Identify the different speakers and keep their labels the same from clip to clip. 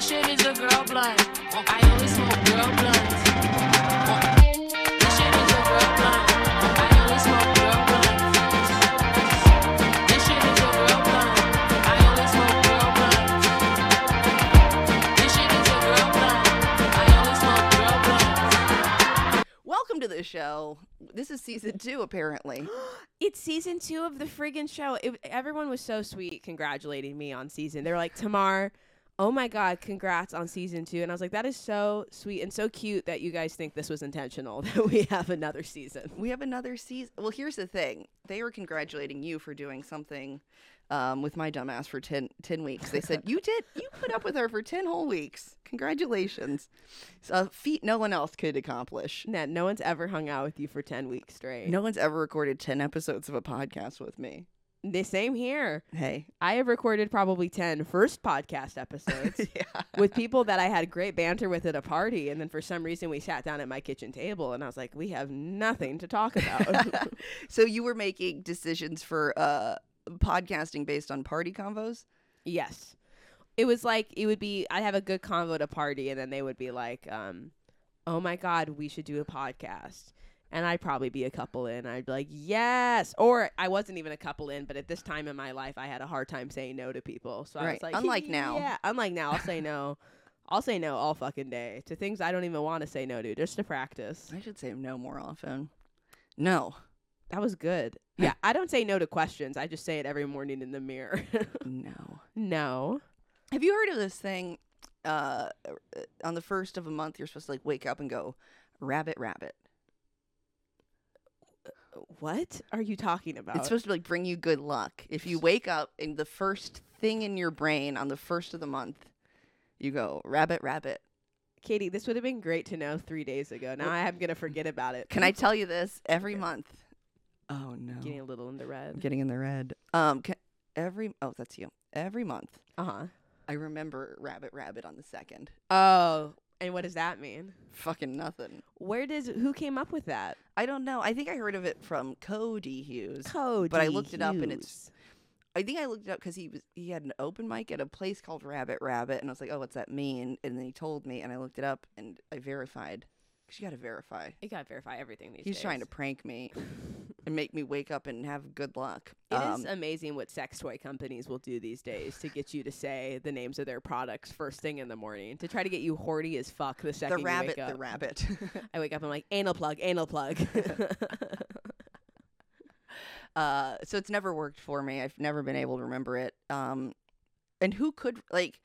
Speaker 1: shit is a girl blunt. I only smoke girl blunts. This shit is a girl blunt. I only smoke girl blunts. This shit is a girl blunt. I only smoke girl blunts. This shit is a girl blunt. I only smoke girl blunts.
Speaker 2: Welcome to the show. This is season two, apparently.
Speaker 3: It's season two of the friggin' show. It, everyone was so sweet congratulating me on season. They were like, Tamar, oh my God, congrats on season two. And I was like, that is so sweet and so cute that you guys think this was intentional that we have another season.
Speaker 2: we have another season. Well, here's the thing: they were congratulating you for doing something um, with my dumbass for 10, 10 weeks. They said you did. You put up with her for ten whole weeks. Congratulations, It's a feat no one else could accomplish.
Speaker 3: Nah, no one's ever hung out with you for 10 weeks straight.
Speaker 2: No one's ever recorded ten episodes of a podcast with me.
Speaker 3: The same here.
Speaker 2: Hey,
Speaker 3: I have recorded probably 10 first podcast episodes.
Speaker 2: yeah,
Speaker 3: with people that I had great banter with at a party. And then for some reason, we sat down at my kitchen table and I was like, we have nothing to talk about.
Speaker 2: so you were making decisions for uh, podcasting based on party convos.
Speaker 3: yes. It was like, it would be, I'd have a good convo at a party and then they would be like, um, oh my God, we should do a podcast. And I'd probably be a couple in. I'd be like, yes. Or I wasn't even a couple in, but at this time in my life, I had a hard time saying no to people. So I
Speaker 2: Right.
Speaker 3: was like,
Speaker 2: Unlike now.
Speaker 3: Yeah. Unlike now, I'll say no. I'll say no all fucking day to things I don't even want to say no to just to practice.
Speaker 2: I should say no more often. No,
Speaker 3: That was good. Yeah, I don't say no to questions. I just say it every morning in the mirror.
Speaker 2: no.
Speaker 3: no.
Speaker 2: Have you heard of this thing? Uh, on the first of a month, you're supposed to like wake up and go, rabbit, rabbit.
Speaker 3: What are you talking about?
Speaker 2: It's supposed to like bring you good luck. If you wake up and the first thing in your brain on the first of the month, you go rabbit, rabbit.
Speaker 3: Katie, this would have been great to know three days ago. Now I am gonna forget about it.
Speaker 2: Can I tell you this every month? Oh no,
Speaker 3: Getting a little in the
Speaker 2: I'm
Speaker 3: red.
Speaker 2: getting in the red. Um, ca every oh that's you. Every month,
Speaker 3: Uh huh.
Speaker 2: I remember rabbit, rabbit on the second.
Speaker 3: Oh, and what does that mean?
Speaker 2: Fucking nothing.
Speaker 3: Where does who came up with that?
Speaker 2: I don't know. I think I heard of it from Cody Hughes.
Speaker 3: Code.
Speaker 2: I looked it up and it's- I think I looked it up because he was he had an open mic at a place called Rabbit Rabbit, and I was like, "Oh, what's that mean?" And then he told me, and I looked it up, and I verified because you got to verify.
Speaker 3: You gotta verify everything these
Speaker 2: He's
Speaker 3: days.
Speaker 2: trying to prank me and make me wake up and have good luck.
Speaker 3: It is
Speaker 2: Um,
Speaker 3: amazing what sex toy companies will do these days to get you to say the names of their products first thing in the morning to try to get you horny as fuck the second
Speaker 2: the
Speaker 3: you
Speaker 2: rabbit,
Speaker 3: wake up.
Speaker 2: the rabbit.
Speaker 3: I wake up, I'm like, anal plug, anal plug.
Speaker 2: uh, so it's never worked for me. I've never been able to remember it. Um, and who could like?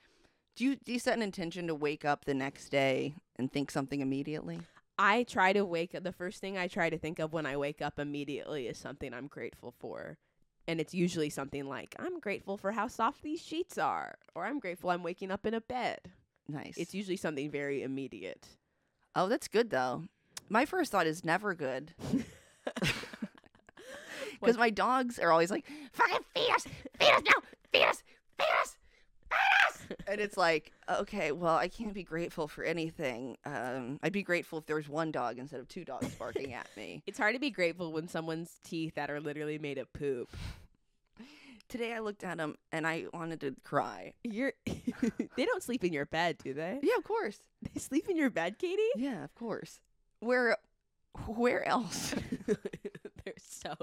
Speaker 2: Do you do you set an intention to wake up the next day and think something immediately?
Speaker 3: I try to wake up, the first thing I try to think of when I wake up immediately is something I'm grateful for. And it's usually something like, I'm grateful for how soft these sheets are, or I'm grateful I'm waking up in a bed.
Speaker 2: Nice.
Speaker 3: It's usually something very immediate.
Speaker 2: oh, that's good though. My first thought is never good. Because
Speaker 3: What-
Speaker 2: my dogs are always like, fucking feed us, feed us now, feed us, feed us, feed us. and it's like, okay, well, I can't be grateful for anything. Um, I'd be grateful if there was one dog instead of two dogs barking at me.
Speaker 3: It's hard to be grateful when someone's teeth that are literally made of poop.
Speaker 2: Today I looked at him and I wanted to cry.
Speaker 3: You're they don't sleep in your bed, do they?
Speaker 2: Yeah, of course.
Speaker 3: They sleep in your bed, Katie?
Speaker 2: Yeah, of course. Where, where else?
Speaker 3: They're so.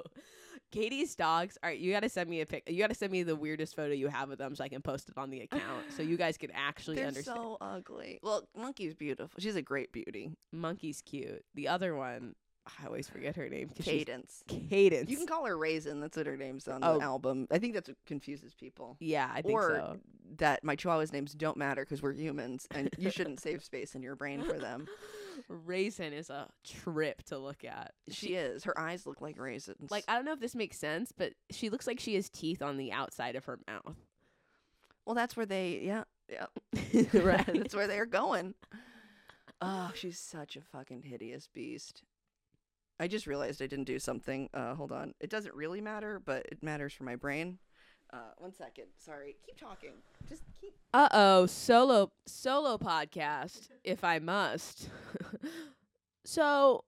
Speaker 3: Katie's dogs are. You gotta send me a pic. You gotta send me the weirdest photo you have of them so I can post it on the account so you guys can actually
Speaker 2: They're
Speaker 3: understand.
Speaker 2: so ugly. Well, Monkey's beautiful. She's a great beauty.
Speaker 3: Monkey's cute. The other one, I always forget her name. 'cause she's-
Speaker 2: Cadence.
Speaker 3: Cadence.
Speaker 2: You can call her Raisin. That's what her name's on
Speaker 3: Oh.
Speaker 2: the album. I think that's what confuses people.
Speaker 3: yeah, I think
Speaker 2: or
Speaker 3: so.
Speaker 2: that my chihuahua's names don't matter because we're humans and you shouldn't save space in your brain for them.
Speaker 3: Raisin is a trip to look at.
Speaker 2: She is. Her eyes look like raisins.
Speaker 3: Like I don't know if this makes sense, but she looks like she has teeth on the outside of her mouth.
Speaker 2: well, that's where they, yeah, yeah,
Speaker 3: right.
Speaker 2: that's where they're going. Oh, she's such a fucking hideous beast. I just realized I didn't do something. Uh, hold on. It doesn't really matter, but it matters for my brain. Uh, one second. Sorry. Keep talking. Just keep.
Speaker 3: Uh oh, solo solo podcast, if I must. so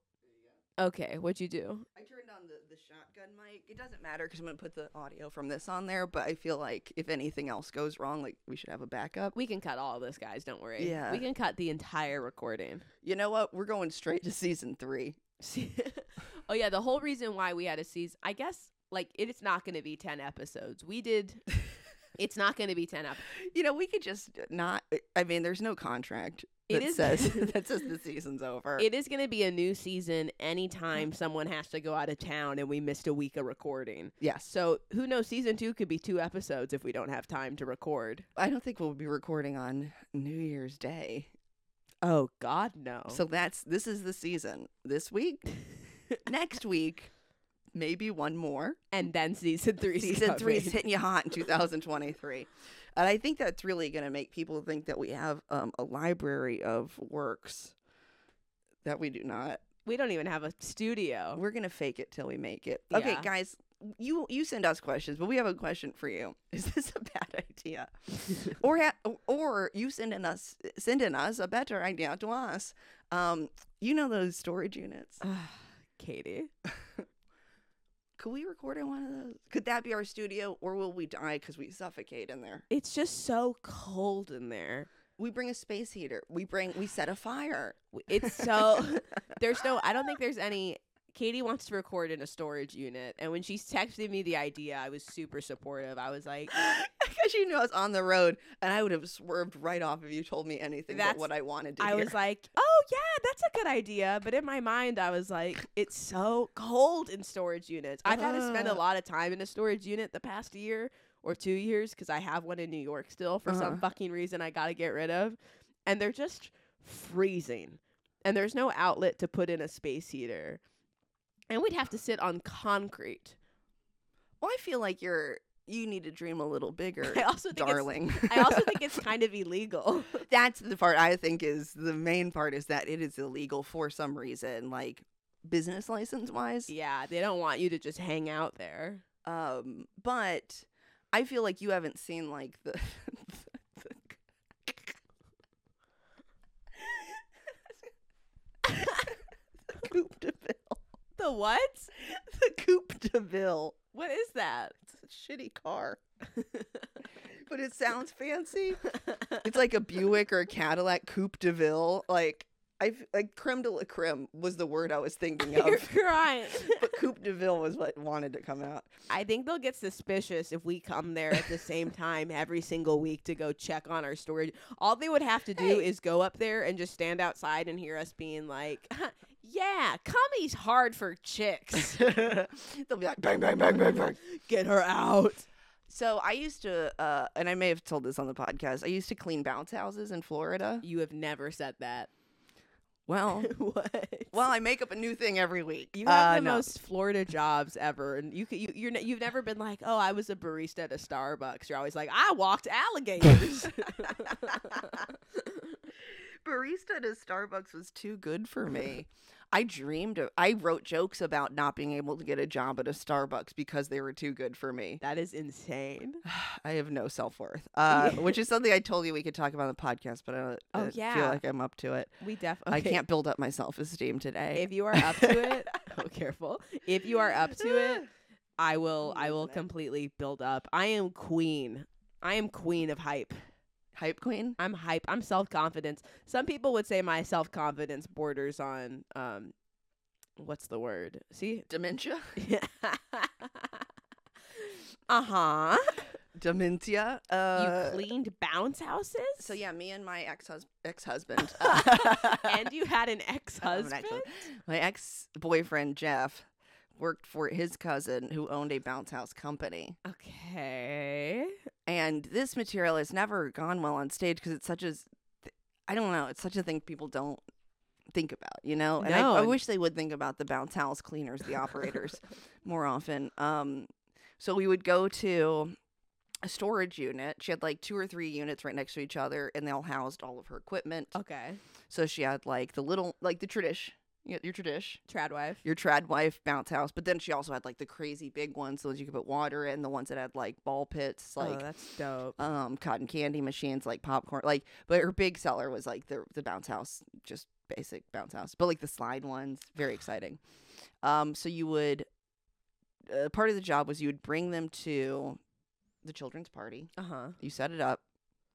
Speaker 3: Okay, what'd you do?
Speaker 2: I turned on the, the shotgun mic. It doesn't matter because I'm gonna put the audio from this on there. But I feel like if anything else goes wrong, like we should have a backup.
Speaker 3: We can cut all this, guys. Don't worry.
Speaker 2: Yeah.
Speaker 3: we can cut the entire recording.
Speaker 2: You know what? We're going straight to season three.
Speaker 3: See- oh yeah, the whole reason why we had a season, I guess, like it's not going to be ten episodes. We did. It's not going to be ten episodes.
Speaker 2: You know, we could just not. I mean, there's no contract
Speaker 3: It
Speaker 2: that
Speaker 3: is-
Speaker 2: says that says the season's over.
Speaker 3: It is going to be a new season anytime someone has to go out of town and we missed a week of recording.
Speaker 2: yes,
Speaker 3: So who knows? Season two could be two episodes if we don't have time to record.
Speaker 2: I don't think we'll be recording on New Year's Day.
Speaker 3: Oh God, no.
Speaker 2: So that's this is the season. This week, next week, maybe one more.
Speaker 3: and then season three.
Speaker 2: season three is hitting you hot in 2023 and i think that's really going to make people think that we have um, a library of works that we do not
Speaker 3: We don't even have a studio.
Speaker 2: we're going to fake it till we make it okay
Speaker 3: Yeah.
Speaker 2: guys you you send us questions but we have a question for you is this a bad idea or ha- or you send in us send in us a better idea to us um you know those storage units
Speaker 3: Katie.
Speaker 2: could we record in one of those could that be our studio or will we die because we suffocate in there
Speaker 3: It's just so cold in there.
Speaker 2: We bring a space heater. We bring we set a fire.
Speaker 3: W- It's so there's no I don't think there's any Katie wants to record in a storage unit and when she texted me the idea I was super supportive. I was like
Speaker 2: Because you knew I was on the road and I would have swerved right off if you told me anything
Speaker 3: That's-
Speaker 2: but what I wanted to
Speaker 3: I
Speaker 2: hear.
Speaker 3: was like, "Oh yeah, that's a good idea." But in my mind I was like, it's so cold in storage units. I've had to spend a
Speaker 2: Uh.
Speaker 3: lot of time in a storage unit the past year or 2 years cuz I have one in New York still for some
Speaker 2: Uh-huh.
Speaker 3: fucking reason I got to get rid of and they're just freezing. And there's no outlet to put in a space heater. And we'd have to sit on concrete.
Speaker 2: well, I feel like you're you need to dream a little bigger,
Speaker 3: I also think it's-
Speaker 2: darling.
Speaker 3: I also think it's kind of illegal.
Speaker 2: that's the part I think is the main part is that it is illegal for some reason, like business license wise.
Speaker 3: yeah, they don't want you to just hang out there.
Speaker 2: Um, but I feel like you haven't seen like the. the Coupe de Ville.
Speaker 3: The what?
Speaker 2: The Coupe de Ville.
Speaker 3: What is that?
Speaker 2: It's a shitty car, but it sounds fancy. It's like a Buick or a Cadillac Coupe de Ville. Like I f- like creme de la creme was the word I was thinking
Speaker 3: You're
Speaker 2: of,
Speaker 3: crying.
Speaker 2: but Coupe de Ville was what wanted to come out.
Speaker 3: I think they'll get suspicious if we come there at the same time every single week to go check on our storage. All they would have to do
Speaker 2: Hey.
Speaker 3: is go up there and just stand outside and hear us being like, "Yeah, comedy's hard for chicks.
Speaker 2: They'll be like bang bang bang bang bang.
Speaker 3: Get her out."
Speaker 2: So I used to, uh, and I may have told this on the podcast. I used to clean bounce houses in Florida.
Speaker 3: You have never said that.
Speaker 2: Well,
Speaker 3: what?
Speaker 2: well, I make up a new thing every week.
Speaker 3: You have
Speaker 2: Uh,
Speaker 3: the
Speaker 2: no.
Speaker 3: most Florida jobs ever, and you could, you you're, ne- you've never been like, oh, I was a barista at a Starbucks. You're always like, I walked alligators.
Speaker 2: barista at a Starbucks was too good for me. I dreamed of. I wrote jokes about not being able to get a job at a Starbucks because they were too good for me.
Speaker 3: that is insane.
Speaker 2: I have no self worth, uh, which is something I told you we could talk about on the podcast, but I don't
Speaker 3: Oh,
Speaker 2: uh, feel
Speaker 3: yeah.
Speaker 2: like I'm up to it.
Speaker 3: We definitely
Speaker 2: I can't build up my self esteem today.
Speaker 3: If you are up to it, oh, careful. If you are up to it, I will.
Speaker 2: I'm
Speaker 3: I will
Speaker 2: losing it.
Speaker 3: completely build up. I am queen. I am queen of hype.
Speaker 2: hype queen.
Speaker 3: I'm hype. I'm self confidence. Some people would say my self confidence borders on um, what's the word? See,
Speaker 2: Dementia,
Speaker 3: uh huh.
Speaker 2: dementia. Uh,
Speaker 3: you cleaned bounce houses.
Speaker 2: So yeah, me and my ex uh, ex husband,
Speaker 3: and you had an ex husband.
Speaker 2: my ex boyfriend Jeff, worked for his cousin who owned a bounce house company.
Speaker 3: Okay.
Speaker 2: And this material has never gone well on stage because it's such a, s- th- I don't know, it's such a thing people don't think about, you know. And I, I
Speaker 3: No.
Speaker 2: wish they would think about the bounce house cleaners, the operators, more often. Um, so we would go to a storage unit. She had like two or three units right next to each other, and they all housed all of her equipment.
Speaker 3: Okay.
Speaker 2: So she had like the little, like the tradish, y- your tradish,
Speaker 3: Trad wife.
Speaker 2: your trad wife bounce house. But then she also had like the crazy big ones, the ones you could put water in, the ones that had like ball pits,
Speaker 3: oh,
Speaker 2: like
Speaker 3: that's dope.
Speaker 2: um cotton candy machines, like popcorn, like. But her big seller was like the the bounce house, just basic bounce house, but like the slide ones, very exciting. Um, so you would uh, part of the job was you would bring them to the children's party.
Speaker 3: Uh huh.
Speaker 2: You set it up.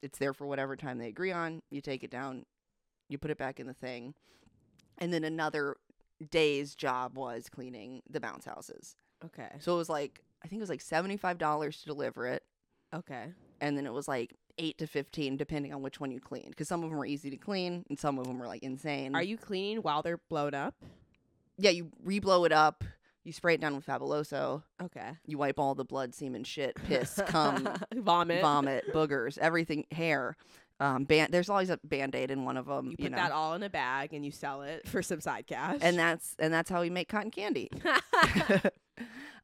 Speaker 2: It's there for whatever time they agree on. You take it down. You put it back in the thing. And then another day's job was cleaning the bounce houses.
Speaker 3: Okay.
Speaker 2: So it was like I think it was like $75 to deliver it
Speaker 3: Okay.
Speaker 2: and then it was like 8 to 15 depending on which one you cleaned cuz some of them were easy to clean and some of them were like insane.
Speaker 3: Are you cleaning while they're blown up?
Speaker 2: Yeah, you reblow it up. You spray it down with Fabuloso.
Speaker 3: Okay.
Speaker 2: You wipe all the blood, semen, shit, piss, cum,
Speaker 3: vomit.
Speaker 2: vomit, boogers, everything, hair. Um, band. There's always a band aid in one of them. You,
Speaker 3: You put
Speaker 2: know.
Speaker 3: that all in a bag and you sell it for some side cash.
Speaker 2: and that's and that's how we make cotton candy.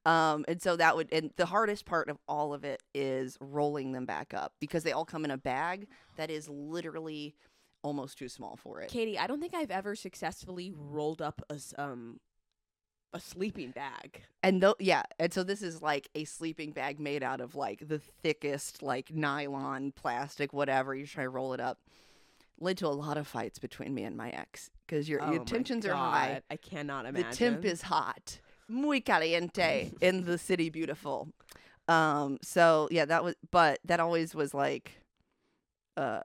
Speaker 2: um, and so that would and the hardest part of all of it is rolling them back up because they all come in a bag that is literally almost too small for it.
Speaker 3: Katie, I don't think I've ever successfully rolled up a s- um a sleeping bag.
Speaker 2: And though yeah, and so this is like a sleeping bag made out of like the thickest like nylon, plastic, whatever. You try to roll it up. Led to a lot of fights between me and my ex because your,
Speaker 3: Oh
Speaker 2: your
Speaker 3: my
Speaker 2: tensions are high.
Speaker 3: God, I cannot imagine.
Speaker 2: The temp is hot, muy caliente in the city beautiful. Um, so yeah, that was, but that always was like, uh,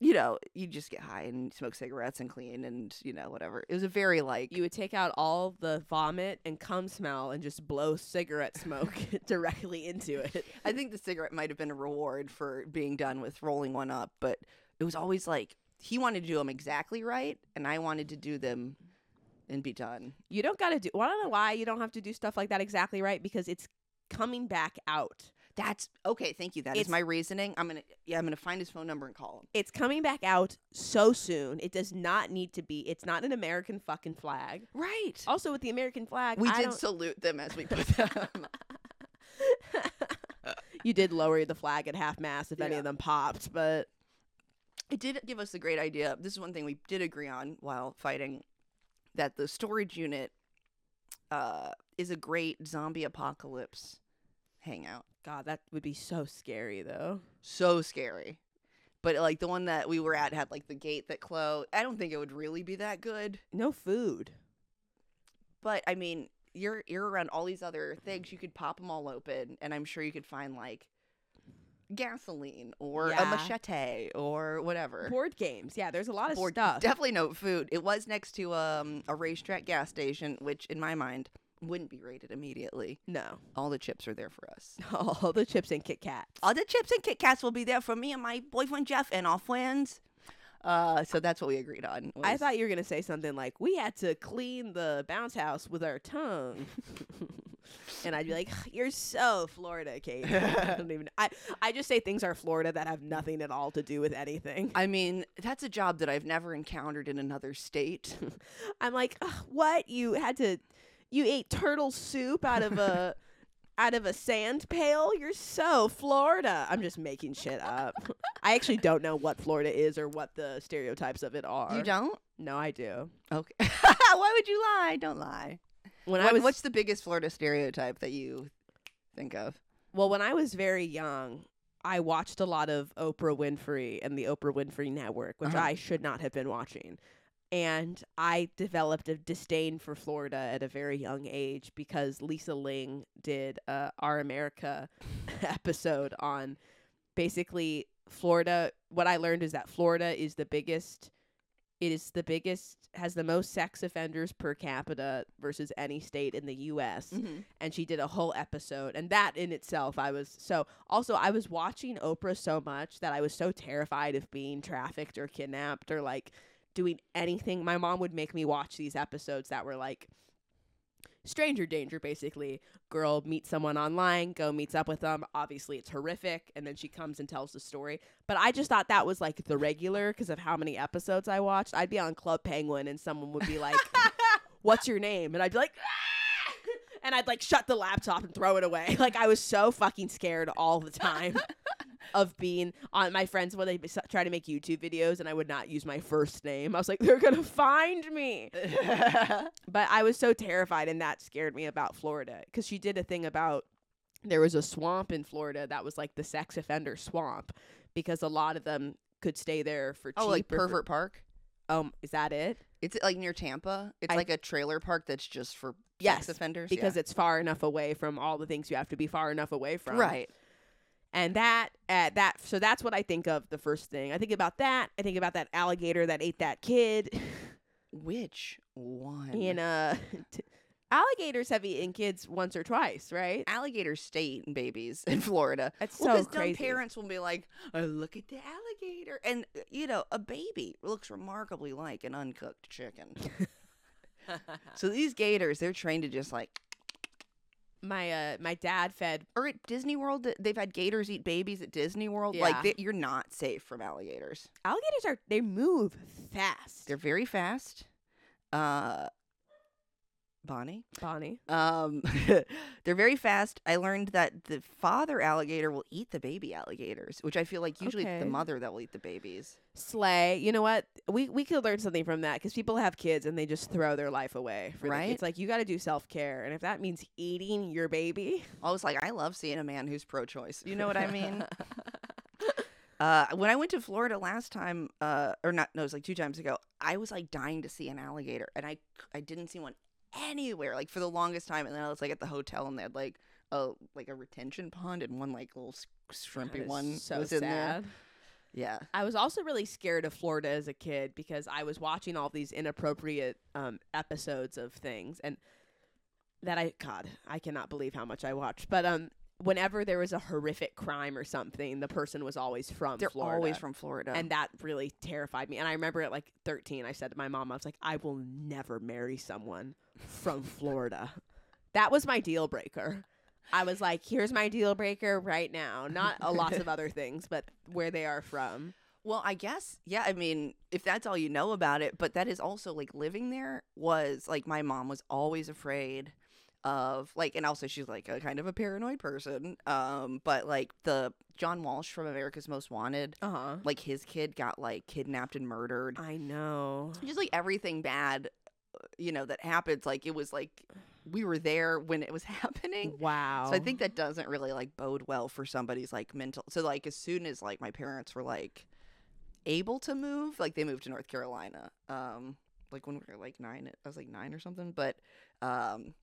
Speaker 2: you know, you just get high and smoke cigarettes and clean and you know whatever. It was a very like
Speaker 3: you would take out all the vomit and cum smell and just blow cigarette smoke directly into it.
Speaker 2: I think the cigarette might have been a reward for being done with rolling one up, but it was always like he wanted to do them exactly right, and I wanted to do them and be done.
Speaker 3: You don't got to do. Well, I don't know why you don't have to do stuff like that exactly right because it's coming back out.
Speaker 2: That's okay. Thank you. That is
Speaker 3: It's-
Speaker 2: my reasoning. I'm gonna yeah, I'm gonna find his phone number and call him.
Speaker 3: It's coming back out so soon. It does not need to be. It's not an American fucking flag.
Speaker 2: Right.
Speaker 3: Also, with the American flag,
Speaker 2: Oh, We
Speaker 3: I
Speaker 2: did
Speaker 3: don't-
Speaker 2: salute them as we put them.
Speaker 3: you did lower the flag at half mast if any
Speaker 2: Yeah.
Speaker 3: of them popped, but
Speaker 2: it did give us a great idea. This is one thing we did agree on while fighting that the storage unit uh, is a great zombie apocalypse hangout.
Speaker 3: God, that would be so scary though.
Speaker 2: So scary. But like the one that we were at had like the gate that closed. I don't think it would really be that good.
Speaker 3: No food.
Speaker 2: But I mean, you're you're around all these other things. You could pop them all open, and I'm sure you could find like gasoline or a
Speaker 3: Yeah.
Speaker 2: machete or whatever.
Speaker 3: Board games. Yeah, there's a lot of
Speaker 2: board-
Speaker 3: stuff.
Speaker 2: Definitely no food. It was next to um, a racetrack gas station, which in my mind wouldn't be rated immediately.
Speaker 3: no.
Speaker 2: All the chips are there for us.
Speaker 3: All the chips and Kit Kats.
Speaker 2: All the chips and Kit Kats will be there for me and my boyfriend Jeff and our friends. Uh, so that's what we agreed on.
Speaker 3: I
Speaker 2: was-
Speaker 3: thought you were going to say something like, we had to clean the bounce house with our tongue. and I'd be like, you're so Florida, Kate. I don't even, I, I just say things are Florida that have nothing at all to do with anything.
Speaker 2: I mean, that's a job that I've never encountered in another state.
Speaker 3: I'm like, "Ugh, what? You had to, you ate turtle soup out of a, out of a sand pail? You're so Florida. I'm just making shit up. I actually don't know what Florida is or what the stereotypes of it are.
Speaker 2: you don't?
Speaker 3: No, I do.
Speaker 2: Okay. Why would you lie? Don't lie.
Speaker 3: When I
Speaker 2: What-
Speaker 3: was
Speaker 2: what's the biggest Florida stereotype that you think of?
Speaker 3: well, when I was very young, I watched a lot of Oprah Winfrey and the Oprah Winfrey Network, which
Speaker 2: Uh-huh.
Speaker 3: I should not have been watching. And I developed a disdain for Florida at a very young age because Lisa Ling did uh, Our America episode on basically Florida. What I learned is that Florida is the biggest, it is the biggest, has the most sex offenders per capita versus any state in the U.S
Speaker 2: Mm-hmm.
Speaker 3: and she did a whole episode and that in itself i was so also i was watching oprah so much that i was so terrified of being trafficked or kidnapped or like doing anything my mom would make me watch these episodes that were like stranger danger basically girl meets someone online go meets up with them obviously it's horrific and then she comes and tells the story but i just thought that was like the regular because of how many episodes i watched i'd be on club penguin and someone would be like what's your name and i'd be like "Ah!" and i'd like shut the laptop and throw it away like i was so fucking scared all the time of being on my friends when they s- try to make youtube videos and i would not use my first name i was like they're gonna find me but I was so terrified, and that scared me about Florida because she did a thing about there was a swamp in Florida that was like the sex offender swamp because a lot of them could stay there for
Speaker 2: oh,
Speaker 3: cheap.
Speaker 2: like
Speaker 3: or for-
Speaker 2: Pervert Park?
Speaker 3: um, is that it?
Speaker 2: It's like near Tampa. It's
Speaker 3: I-
Speaker 2: like a trailer park that's just for
Speaker 3: Yes,
Speaker 2: sex offenders.
Speaker 3: because it's far enough away from all the things you have to be far enough away from.
Speaker 2: right.
Speaker 3: And that at that so that's what I think of the first thing. I think about that. I think about that alligator that ate that kid.
Speaker 2: Which one?
Speaker 3: and uh t- alligators have eaten kids once or twice, right?
Speaker 2: alligators stay eating babies in Florida.
Speaker 3: That's
Speaker 2: Well,
Speaker 3: so
Speaker 2: because dumb
Speaker 3: crazy.
Speaker 2: parents will be like, oh, "Look at the alligator," and uh, you know, a baby looks remarkably like an uncooked chicken. so these gators, they're trained to just like.
Speaker 3: my uh my dad fed
Speaker 2: Or at Disney World, th- they've had gators eat babies at Disney World. Like
Speaker 3: Yeah.
Speaker 2: they, you're not safe from alligators.
Speaker 3: alligators are they move fast.
Speaker 2: They're very fast. Uh, Bonnie.
Speaker 3: Bonnie.
Speaker 2: Um, they're very fast. I learned that the father alligator will eat the baby alligators, which I feel like usually it's
Speaker 3: Okay.
Speaker 2: the mother that will eat the babies.
Speaker 3: Slay. You know what? We we could learn something from that because people have kids and they just throw their life away. For the-
Speaker 2: Right?
Speaker 3: it's like you got to do self care, and if that means eating your baby,
Speaker 2: I was like, I love seeing a man who's pro-choice. You know what I mean? uh, when I went to Florida last time, uh, or not, no, it was like two times ago. I was like dying to see an alligator, and I c- I didn't see one anywhere like for the longest time. And then I was like at the hotel, and they had like a like a retention pond, and one like little s-
Speaker 3: That
Speaker 2: shrimpy
Speaker 3: is
Speaker 2: one
Speaker 3: so
Speaker 2: was in
Speaker 3: sad.
Speaker 2: there. Yeah.
Speaker 3: I was also really scared of Florida as a kid because I was watching all these inappropriate um, episodes of things, and that I God, I cannot believe how much I watched. But um, whenever there was a horrific crime or something, the person was always from
Speaker 2: They're
Speaker 3: Florida.
Speaker 2: always from Florida.
Speaker 3: and that really terrified me. And I remember at like 13, I said to my mom, I was like, I will never marry someone from Florida. That was my deal breaker. I was like, here's my deal breaker right now. Not a lots of other things, but where they are from.
Speaker 2: Well, I guess, yeah. I mean, if that's all you know about it, but that is also like living there was like my mom was always afraid of like, and also she's like a kind of a paranoid person. Um, but like the John Walsh from America's Most Wanted,
Speaker 3: Uh huh.
Speaker 2: like his kid got like kidnapped and murdered.
Speaker 3: I know.
Speaker 2: Just like everything bad, uh, you know, that happens. Like it was like we were there when it was happening.
Speaker 3: Wow.
Speaker 2: So I think that doesn't really like bode well for somebody's like mental. So like as soon as like my parents were like able to move, like they moved to North Carolina. Um like when we were like 9, I was like 9 or something, but um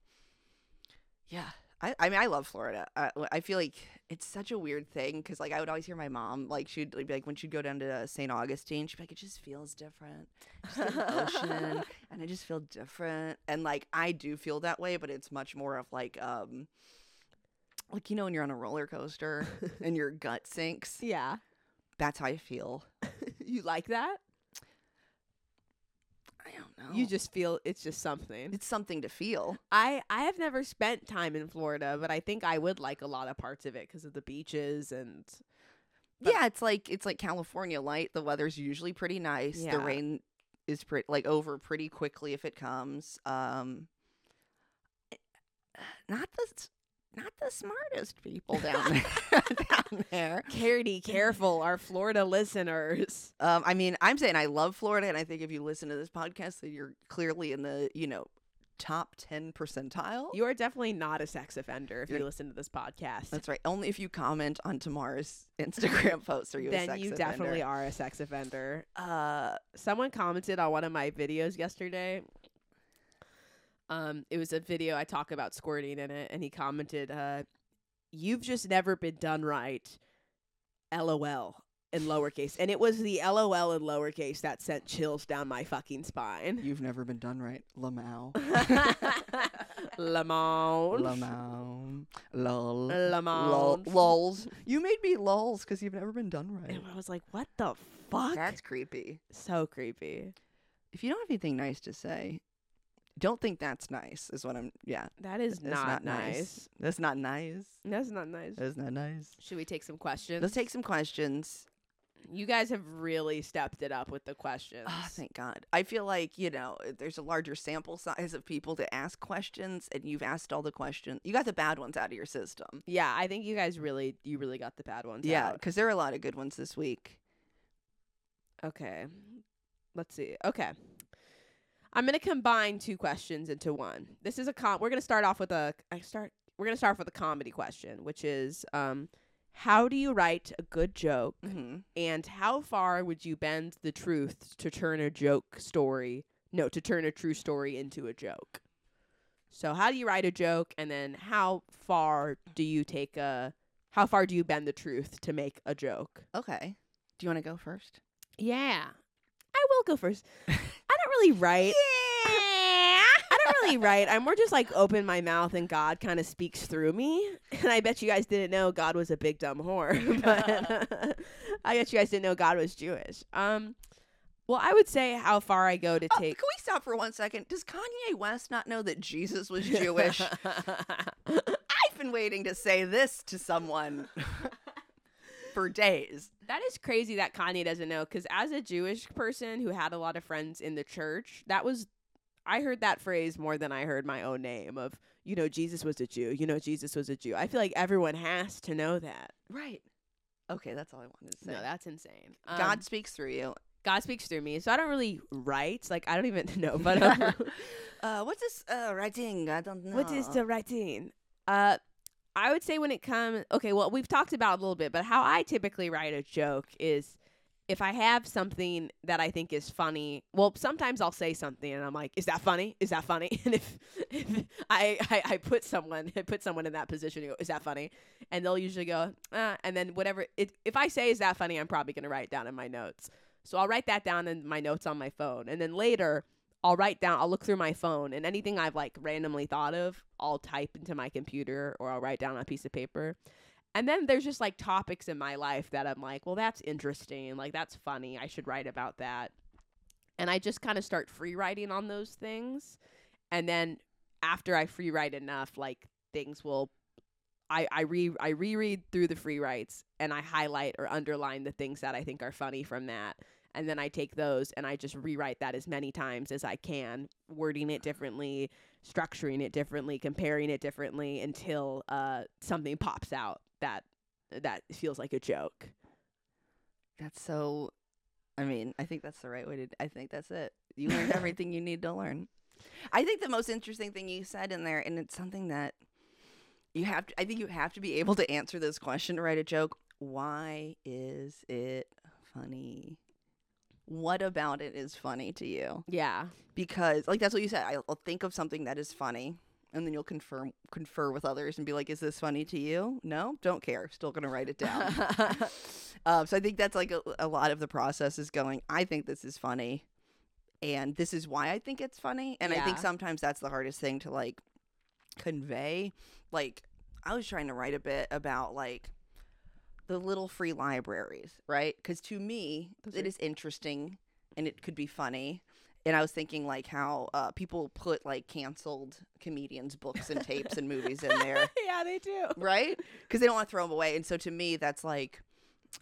Speaker 2: yeah. I, I mean, I love Florida. I, I feel like it's such a weird thing because, like, I would always hear my mom, like, she'd be like, when she'd go down to St. Augustine, she'd be like, it just feels different. It's Just an ocean, and I just feel different. And, like, I do feel that way, but it's much more of, like, um, like you know when you're on a roller coaster and your gut sinks
Speaker 3: Yeah.
Speaker 2: that's how i feel
Speaker 3: You like that?
Speaker 2: i don't know
Speaker 3: You just feel it's just something.
Speaker 2: it's something to feel
Speaker 3: I I have never spent time in Florida, but I think I would like a lot of parts of it because of the beaches and But-
Speaker 2: yeah it's like it's like california light the weather's usually pretty nice the
Speaker 3: Yeah.
Speaker 2: rain is pretty like over pretty quickly if it comes um it- not the s- not the smartest people down there down there
Speaker 3: Carity, careful, our Florida listeners.
Speaker 2: Um, I mean, I'm saying I love Florida, and I think if you listen to this podcast, that you're clearly in the you know top ten percentile.
Speaker 3: You are definitely not a sex offender if you
Speaker 2: You're-
Speaker 3: listen to this podcast.
Speaker 2: That's right. Only if you comment on Tamar's Instagram post are you a
Speaker 3: then
Speaker 2: sex
Speaker 3: you
Speaker 2: offender.
Speaker 3: definitely are a sex offender.
Speaker 2: Uh,
Speaker 3: Someone commented on one of my videos yesterday. Um, it was a video I talk about squirting in it, and he commented, uh, "You've just never been done right." LOL in lowercase, and it was the LOL in lowercase that sent chills down my fucking spine.
Speaker 2: you've never been done right, Lamau.
Speaker 3: Lamont.
Speaker 2: Lamau. Lol. Lol.
Speaker 3: Lamont.
Speaker 2: Lols. You made me lols because you've never been done right.
Speaker 3: And I was like, what the fuck?
Speaker 2: That's creepy.
Speaker 3: so creepy.
Speaker 2: If you don't have anything nice to say, don't think that's nice. Is what I'm. Yeah,
Speaker 3: That is
Speaker 2: that's
Speaker 3: not, nice.
Speaker 2: That's not nice.
Speaker 3: That's not nice.
Speaker 2: That's not nice.
Speaker 3: Should we take some questions?
Speaker 2: Let's take some questions.
Speaker 3: You guys have really stepped it up with the questions.
Speaker 2: Oh, thank God. I feel like, you know, uh, there's a larger sample size of people to ask questions, and you've asked all the questions. You got the bad ones out of your system.
Speaker 3: yeah, I think you guys really, you really got the bad ones.
Speaker 2: Yeah,
Speaker 3: out.
Speaker 2: because there are a lot of good ones this week.
Speaker 3: Okay. Let's see. Okay. I'm gonna combine two questions into one. This is a com. We're gonna start off with a. I start. We're gonna start off with a comedy question, which is, um, how do you write a good joke?
Speaker 2: Mhm.
Speaker 3: And how far would you bend the truth to turn a joke story No, to turn a true story into a joke. So how do you write a joke and then how far do you take a how far do you bend the truth to make a joke?
Speaker 2: Okay. Do you want to go first?
Speaker 3: Yeah. I will go first. I don't really write. I don't really write. I'm more just like open my mouth and God kind of speaks through me. And I bet you guys didn't know God was a big dumb whore. but I bet you guys didn't know God was Jewish. Um well, I would say how far I go to
Speaker 2: Oh,
Speaker 3: take
Speaker 2: can we stop for one second? Does Kanye West not know that Jesus was Jewish? I've been waiting to say this to someone for days.
Speaker 3: That is crazy that Kanye doesn't know because as a Jewish person who had a lot of friends in the church, that was I heard that phrase more than I heard my own name of you know Jesus was a Jew, you know Jesus was a Jew. I feel like everyone has to know that.
Speaker 2: Right. Okay, that's all I wanted to say.
Speaker 3: No, that's insane. Um,
Speaker 2: God speaks through you.
Speaker 3: God speaks through me, so I don't really write. Like I don't even know, but um,
Speaker 2: Uh, what's this uh, writing? I don't know.
Speaker 3: What is the writing? Uh, I would say when it comes, okay, well, we've talked about it a little bit, but how I typically write a joke is if I have something that I think is funny. Well, sometimes I'll say something and I'm like, "Is that funny? Is that funny?" And if, if I, I I put someone I put someone in that position, to go, "Is that funny?" And they'll usually go, uh, and then whatever. It, if I say, "Is that funny?" I'm probably gonna write it down in my notes. So I'll write that down in my notes on my phone, and then later I'll write down, I'll look through my phone and anything I've like randomly thought of, I'll type into my computer or I'll write down on a piece of paper. And then there's just like topics in my life that I'm like, well, that's interesting. Like, that's funny. I should write about that. And I just kind of start free writing on those things. And then after I free write enough, like things will. I, I re I reread through the free writes and I highlight or underline the things that I think are funny from that and then I take those and I just rewrite that as many times as I can, wording it differently, structuring it differently, comparing it differently until uh, something pops out that that feels like a joke.
Speaker 2: That's so. I mean, I think that's the right way to. I think that's it. You learned everything you need to learn. I think the most interesting thing you said in there, and it's something that you have. To, I think you have to be able to answer this question to write a joke. Why is it funny? What about it is funny to you?
Speaker 3: Yeah,
Speaker 2: Because, like, that's what you said. I'll I'll think of something that is funny, and then you'll confirm confer with others and be like, "Is this funny to you? No, don't care. Still gonna write it down." Um, so I think that's like a, a lot of the process is going, I think this is funny. And this is why I think it's funny. And I think
Speaker 3: Yeah.
Speaker 2: sometimes that's the hardest thing to like convey. Like, I was trying to write a bit about like the little free libraries, right? Because to me,
Speaker 3: Those
Speaker 2: it
Speaker 3: are-
Speaker 2: is interesting and it could be funny. And I was thinking like how uh, people put like canceled comedians' books and tapes and movies in there
Speaker 3: yeah, they do.
Speaker 2: right? Because they don't want to throw them away. And so to me, that's like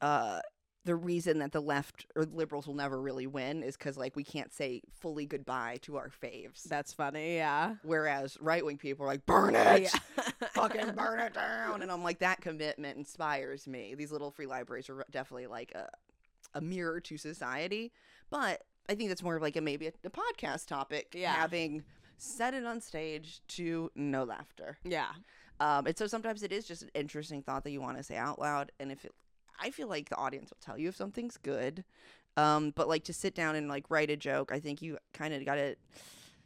Speaker 2: uh, the reason that the left or liberals will never really win is because like we can't say fully goodbye to our faves.
Speaker 3: That's funny. Yeah,
Speaker 2: Whereas right wing people are like, burn it,
Speaker 3: Yeah.
Speaker 2: fucking burn it down. And I'm like, that commitment inspires me. These little free libraries are definitely like a, a mirror to society. But I think that's more of like a maybe a, a podcast topic.
Speaker 3: Yeah.
Speaker 2: Having set it on stage to no laughter.
Speaker 3: yeah.
Speaker 2: Um, and so sometimes it is just an interesting thought that you want to say out loud. And if it, I feel like the audience will tell you if something's good. Um, but like to sit down and like write a joke, I think you kind of got to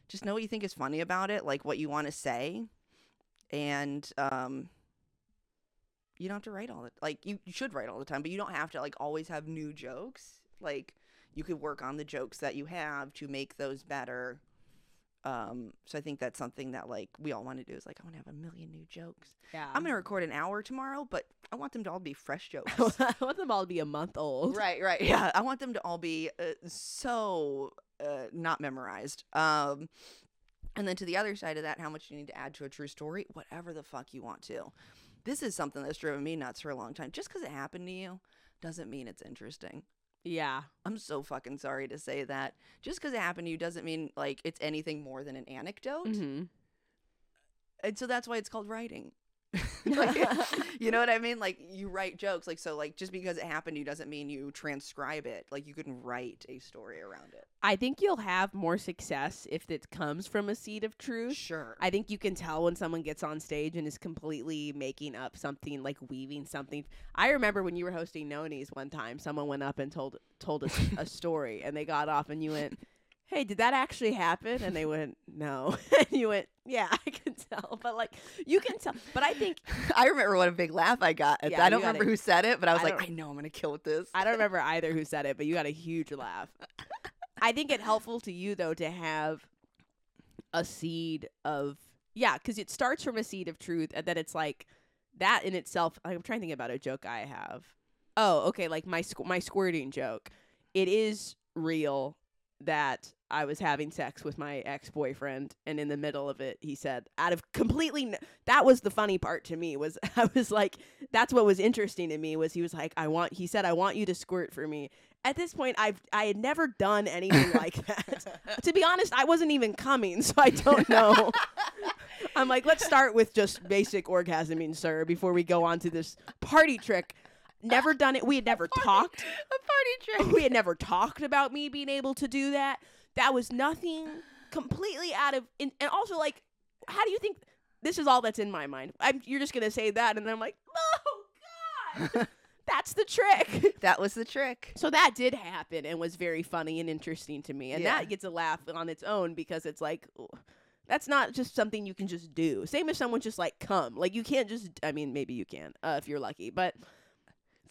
Speaker 2: just know what you think is funny about it, like what you want to say. And um, you don't have to write all the like you, you should write all the time, but you don't have to like always have new jokes. Like you could work on the jokes that you have to make those better. Um, so I think that's something that like we all want to do is like I want to have a million new jokes.
Speaker 3: Yeah.
Speaker 2: I'm gonna record an hour tomorrow, but I want them to all be fresh jokes.
Speaker 3: I want them all to be a month old.
Speaker 2: right, right, yeah. I want them to all be uh, so uh, not memorized. Um, and then to the other side of that, how much you need to add to a true story, whatever the fuck you want to. This is something that's driven me nuts for a long time. Just because it happened to you doesn't mean it's interesting.
Speaker 3: Yeah.
Speaker 2: I'm so fucking sorry to say that. Just because it happened to you doesn't mean like it's anything more than an anecdote.
Speaker 3: hmm
Speaker 2: and so that's why it's called writing like, you know what i mean like you write jokes like so like just because it happened to you doesn't mean you transcribe it like you can write a story around it
Speaker 3: I think you'll have more success if it comes from a seed of truth.
Speaker 2: sure
Speaker 3: I think you can tell when someone gets on stage and is completely making up something, like weaving something. I remember when you were hosting Noni's one time, someone went up and told told us a story, and they got off, and you went, hey, did that actually happen? And they went, no. and you went, yeah, I can tell. But like, you can tell. But I think
Speaker 2: I remember what a big laugh I got. At
Speaker 3: Yeah,
Speaker 2: that. I
Speaker 3: you
Speaker 2: don't
Speaker 3: got
Speaker 2: remember
Speaker 3: it.
Speaker 2: who said it, but I was
Speaker 3: I
Speaker 2: like,
Speaker 3: don't-
Speaker 2: I know I'm gonna kill with this.
Speaker 3: I don't remember either who said it, but you got a huge laugh. I think it helpful to you though to have a seed of yeah, because it starts from a seed of truth, and then it's like that in itself. Like, I'm trying to think about a joke I have. Oh, okay, like my squ- my squirting joke. It is real that I was having sex with my ex boyfriend, and in the middle of it, he said, out of completely n- that was the funny part to me was I was like, that's what was interesting to me was he was like, I want he said, I want you to squirt for me. At this point, I've I had never done anything like that. to be honest, I wasn't even coming, so I don't know. I'm like, let's start with just basic orgasming, sir, before we go on to this party trick. Never done it. We had never talked
Speaker 2: a party trick.
Speaker 3: we had never talked about me being able to do that. That was nothing completely out of and, and also like how do you think this is all that's in my mind? I'm, you're just gonna say that, and then I'm like, oh god, that's the trick.
Speaker 2: That was the trick.
Speaker 3: So that did happen and was very funny and interesting to me, and
Speaker 2: Yeah.
Speaker 3: that gets a laugh on its own because it's like. ooh, That's not just something you can just do. Same as someone just like come. Like you can't just. I mean, maybe you can uh, if you're lucky, but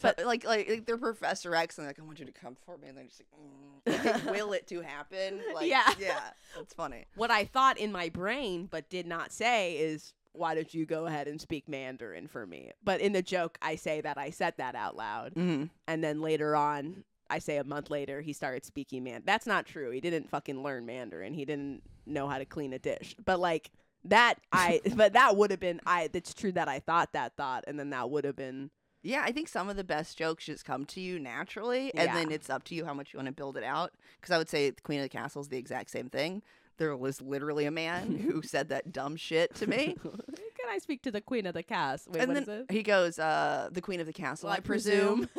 Speaker 2: So, like, like, like they're Professor X, and they're like, I want you to come for me, and they're just like, mm, I can will it to happen? Like,
Speaker 3: Yeah.
Speaker 2: yeah, that's funny.
Speaker 3: what I thought in my brain but did not say is, why don't you go ahead and speak Mandarin for me? But in the joke, I say that I said that out loud.
Speaker 2: Mm-hmm.
Speaker 3: And then later on, I say a month later, he started speaking man. That's not true. He didn't fucking learn Mandarin. He didn't know how to clean a dish. But like that, I, but that would have been, I, it's true that I thought that thought. And then that would have been,
Speaker 2: Yeah, I think some of the best jokes just come to you naturally, and
Speaker 3: Yeah.
Speaker 2: then it's up to you how much you want to build it out. Because I would say the Queen of the Castle is the exact same thing. There was literally a man who said that dumb shit to me.
Speaker 3: can I speak to the queen of the cast? Wait,
Speaker 2: and
Speaker 3: what
Speaker 2: then
Speaker 3: is it?
Speaker 2: he goes, uh, the Queen of the Castle, I, presume.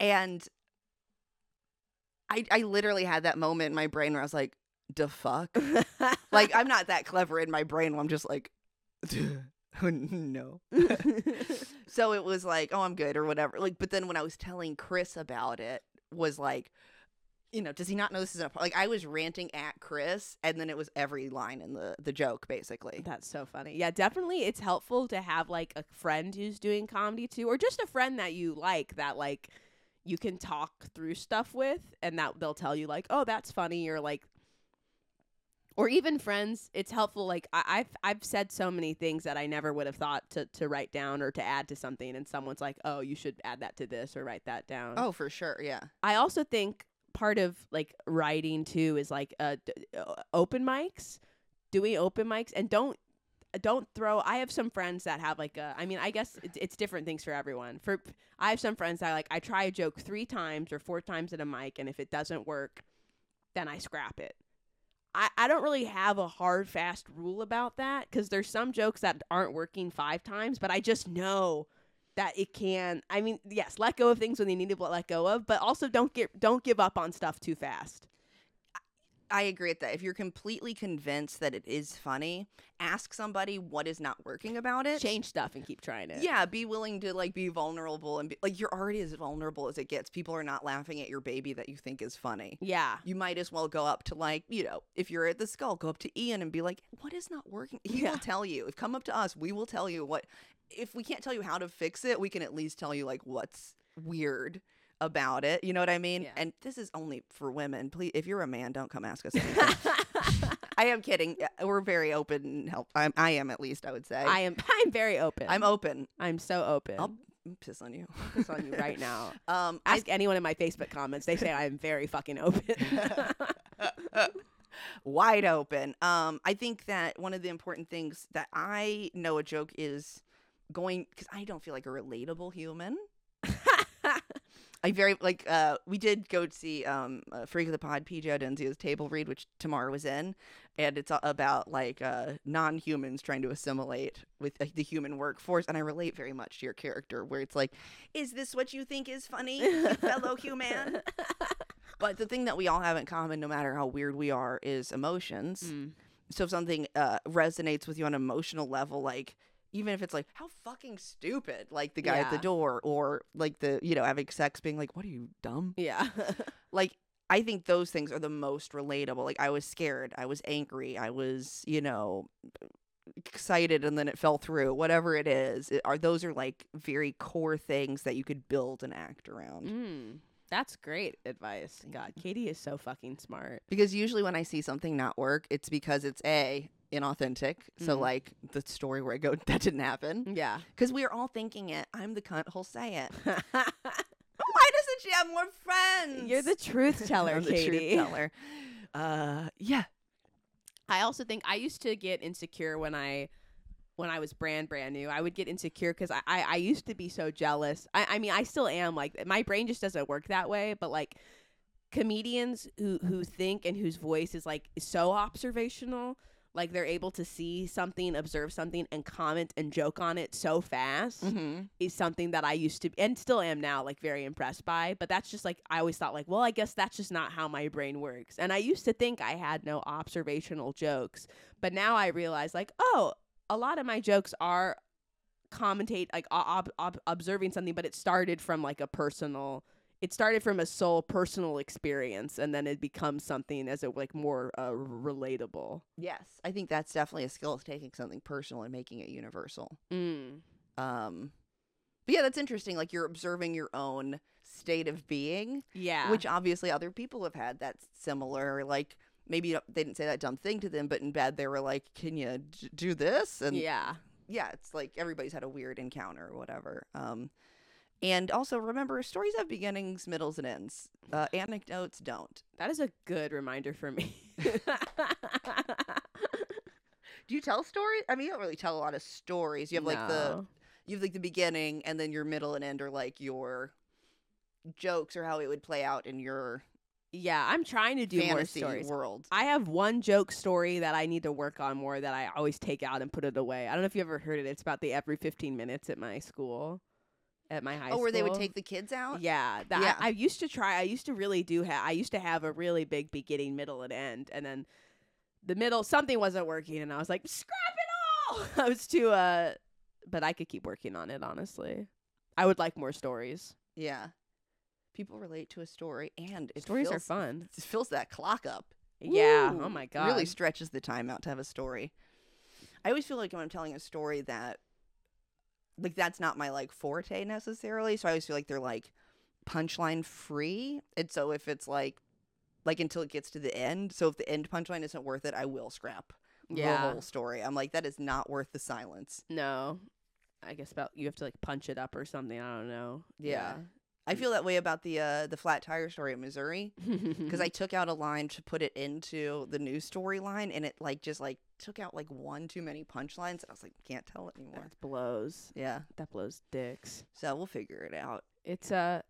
Speaker 2: And I, I literally had that moment in my brain where I was like, "The fuck." like I'm not that clever in my brain. where I'm just like, no. so it was like, oh, I'm good or whatever. Like, but then when I was telling Chris about it, was like, you know, does he not know this is a like? I was ranting at Chris, and then it was every line in the the joke basically.
Speaker 3: That's so funny. Yeah, definitely it's helpful to have like a friend who's doing comedy too or just a friend that you like that like you can talk through stuff with and that they'll tell you like, "Oh, that's funny," or like or even friends, it's helpful. Like I, I've I've said so many things that I never would have thought to, to write down or to add to something, and someone's like, "Oh, you should add that to this or write that down."
Speaker 2: Oh, for sure, yeah.
Speaker 3: I also think part of like writing too is like uh, d- uh, open mics, doing open mics, and don't don't throw. I have some friends that have like a. I mean, I guess it's, it's different things for everyone. For I have some friends that like I try a joke three times or four times at a mic, and if it doesn't work, then I scrap it. I, I don't really have a hard fast rule about that because there's some jokes that aren't working five times, but I just know that it can i mean yes let go of things when they need to let go of but also don't get don't give up on stuff too fast
Speaker 2: I agree with that. If you're completely convinced that it is funny, ask somebody what is not working about it.
Speaker 3: change stuff and keep trying it
Speaker 2: Yeah, be willing to like be vulnerable and be, like you're already as vulnerable as it gets. People are not laughing at your baby that you think is funny.
Speaker 3: yeah
Speaker 2: You might as well go up to like, you know, if you're at the skull, go up to Ian and be like, "What is not working?" He
Speaker 3: Yeah.
Speaker 2: will tell you. If come up to us, we will tell you what if we can't tell you how to fix it, we can at least tell you like what's weird about it. You know what I mean?
Speaker 3: Yeah.
Speaker 2: And this is only for women. Please if you're a man, don't come ask us anything. I am kidding. Yeah, We're very open and help. I'm, I am at least, I would say.
Speaker 3: i am i'm very open
Speaker 2: I'm open.
Speaker 3: i'm so open
Speaker 2: I'll piss on you.
Speaker 3: It's on you right now
Speaker 2: Um, I,
Speaker 3: ask anyone in my facebook comments they say i'm very fucking open
Speaker 2: wide open. Um, I think that one of the important things that I know a joke is going because I don't feel like a relatable human. I very like uh we did go see um uh, Freak of the Pod PJ Denzio's table read which Tamara was in and it's a- about like uh non-humans trying to assimilate with like, the human workforce and I relate very much to your character where it's like is this what you think is funny you fellow human but the thing that we all have in common no matter how weird we are is emotions
Speaker 3: Mm.
Speaker 2: so if something uh, resonates with you on an emotional level like even if it's like how fucking stupid like the guy at the
Speaker 3: Yeah.
Speaker 2: door or like the you know having sex being like what are you dumb
Speaker 3: yeah
Speaker 2: like I think those things are the most relatable. Like I was scared, I was angry, I was, you know, excited and then it fell through. Whatever it is, it, are those are like very core things that you could build and act around.
Speaker 3: Mm, that's great advice. God, Katie is so fucking smart.
Speaker 2: Because usually when I see something not work, it's because it's a inauthentic. So
Speaker 3: Mhm.
Speaker 2: like the story where I go that didn't happen
Speaker 3: Yeah.
Speaker 2: because we are all thinking it. I'm the cunt who'll say it. Why doesn't she have more friends?
Speaker 3: You're the truth teller,
Speaker 2: I'm the truth
Speaker 3: Katie.
Speaker 2: teller. Uh, yeah.
Speaker 3: I also think I used to get insecure when I when I was brand brand new. I would get insecure because I, I I used to be so jealous. I I mean I still am like my brain just doesn't work that way. But like comedians who who think and whose voice is like so observational, like they're able to see something, observe something, and comment and joke on it so fast
Speaker 2: Mm-hmm.
Speaker 3: is something that I used to and still am now like very impressed by. But that's just like I always thought like, well, I guess that's just not how my brain works. And I used to think I had no observational jokes, but now I realize like, oh, a lot of my jokes are commentate like o- ob- ob- observing something, but it started from like a personal. It started from a soul personal experience, and then it becomes something as a like more uh, relatable.
Speaker 2: Yes, I think that's definitely a skill is taking something personal and making it universal.
Speaker 3: Mm.
Speaker 2: Um, but yeah, that's interesting. Like you're observing your own state of being,
Speaker 3: Yeah,
Speaker 2: which obviously other people have had that similar. Like maybe they didn't say that dumb thing to them, but in bed they were like, "Can you d- do this?" And
Speaker 3: yeah,
Speaker 2: yeah, it's like everybody's had a weird encounter or whatever. Um, and also remember, stories have beginnings, middles, and ends. Uh, anecdotes don't.
Speaker 3: that is a good reminder for me.
Speaker 2: Do you tell stories? I mean, you don't really tell a lot of stories. You have like the you have like the beginning, and then your middle and end are like your jokes or how it would play out in your
Speaker 3: yeah i'm trying to do more
Speaker 2: fantasy
Speaker 3: stories
Speaker 2: world.
Speaker 3: i have one joke story that i need to work on more that i always take out and put it away i don't know if you ever heard it it's about the every 15 minutes at my school at my high
Speaker 2: Oh,
Speaker 3: school
Speaker 2: where they would take the kids out.
Speaker 3: yeah, that
Speaker 2: Oh, Yeah.
Speaker 3: I, I used to try. I used to really do. Ha- I used to have a really big beginning, middle, and end, and then the middle something wasn't working, and I was like, scrap it all. I was too. uh But I could keep working on it. Honestly, I would like more stories.
Speaker 2: yeah. People relate to a story, and it
Speaker 3: stories are
Speaker 2: fills,
Speaker 3: fun.
Speaker 2: It fills that clock up.
Speaker 3: Yeah.
Speaker 2: Woo!
Speaker 3: Oh my god.
Speaker 2: Really stretches the time out to have a story. I always feel like when I'm telling a story that like that's not my like forte necessarily. So I always feel like they're like punchline free. And so if it's like like until it gets to the end. So if the end punchline isn't worth it, I will scrap the
Speaker 3: Yeah.
Speaker 2: whole story. I'm like, that is not worth the silence.
Speaker 3: No. I guess about you have to like punch it up or something. I don't know.
Speaker 2: Yeah. I
Speaker 3: Mm.
Speaker 2: feel that way about the uh the flat tire story in Missouri. because
Speaker 3: Because
Speaker 2: I took out a line to put it into the new storyline, and it like just like took out like one too many punchlines. I was like, can't tell anymore.
Speaker 3: that blows.
Speaker 2: Yeah,
Speaker 3: That blows dicks.
Speaker 2: so we'll figure it out.
Speaker 3: It's uh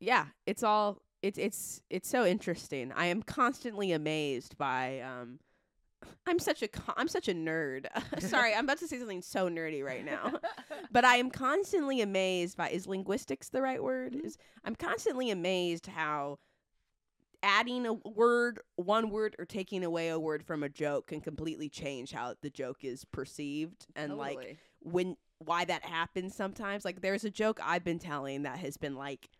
Speaker 3: yeah, it's all it's it's it's so interesting. I am constantly amazed by um I'm such a con- I'm such a nerd. Sorry, I'm about to say something so nerdy right now. but I am constantly amazed by is linguistics the right word? Is I'm constantly amazed how adding a word, one word, or taking away a word from a joke can completely change how the joke is perceived and like
Speaker 2: Totally.
Speaker 3: when why that happens sometimes. Like there's a joke I've been telling that has been like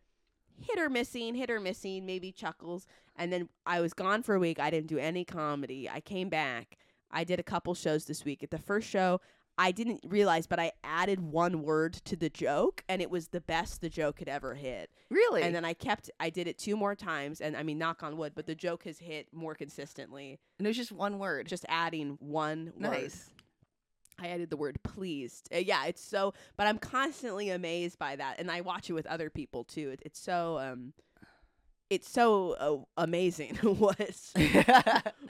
Speaker 3: hit or missing, hit or missing, maybe chuckles. And then I was gone for a week. I didn't do any comedy. I came back. I did a couple shows this week. At the first show, I didn't realize, but I added one word to the joke, and it was the best the joke had ever hit.
Speaker 2: really,
Speaker 3: And then I kept, I did it two more times, and I mean, knock on wood, but the joke has hit more consistently.
Speaker 2: and it was just one word.
Speaker 3: Just adding one word.
Speaker 2: nice.
Speaker 3: I added the word pleased. Uh, yeah, it's so, but I'm constantly amazed by that, and I watch it with other people too. It, it's so, um, it's so uh, amazing. What's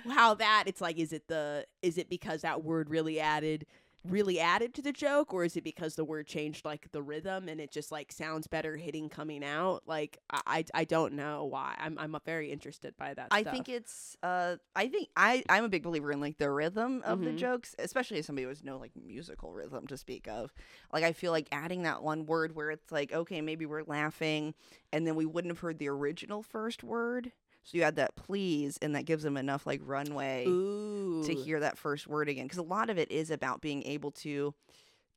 Speaker 3: how that? It's like, is it the? Is it because that word really added, really added to the joke, or is it because the word changed like the rhythm and it just like sounds better hitting coming out? Like I, I, I don't know why. I'm, I'm uh, very interested by that.
Speaker 2: I
Speaker 3: stuff.
Speaker 2: think it's. Uh, I think I. I'm a big believer in like the rhythm of the
Speaker 3: Mhm.
Speaker 2: jokes, especially if somebody was no like musical rhythm to speak of. Like I feel like adding that one word where it's like, okay, maybe we're laughing, and then we wouldn't have heard the original first word. So you add that please, and that gives them enough like runway
Speaker 3: Ooh.
Speaker 2: to hear that first word again, because a lot of it is about being able to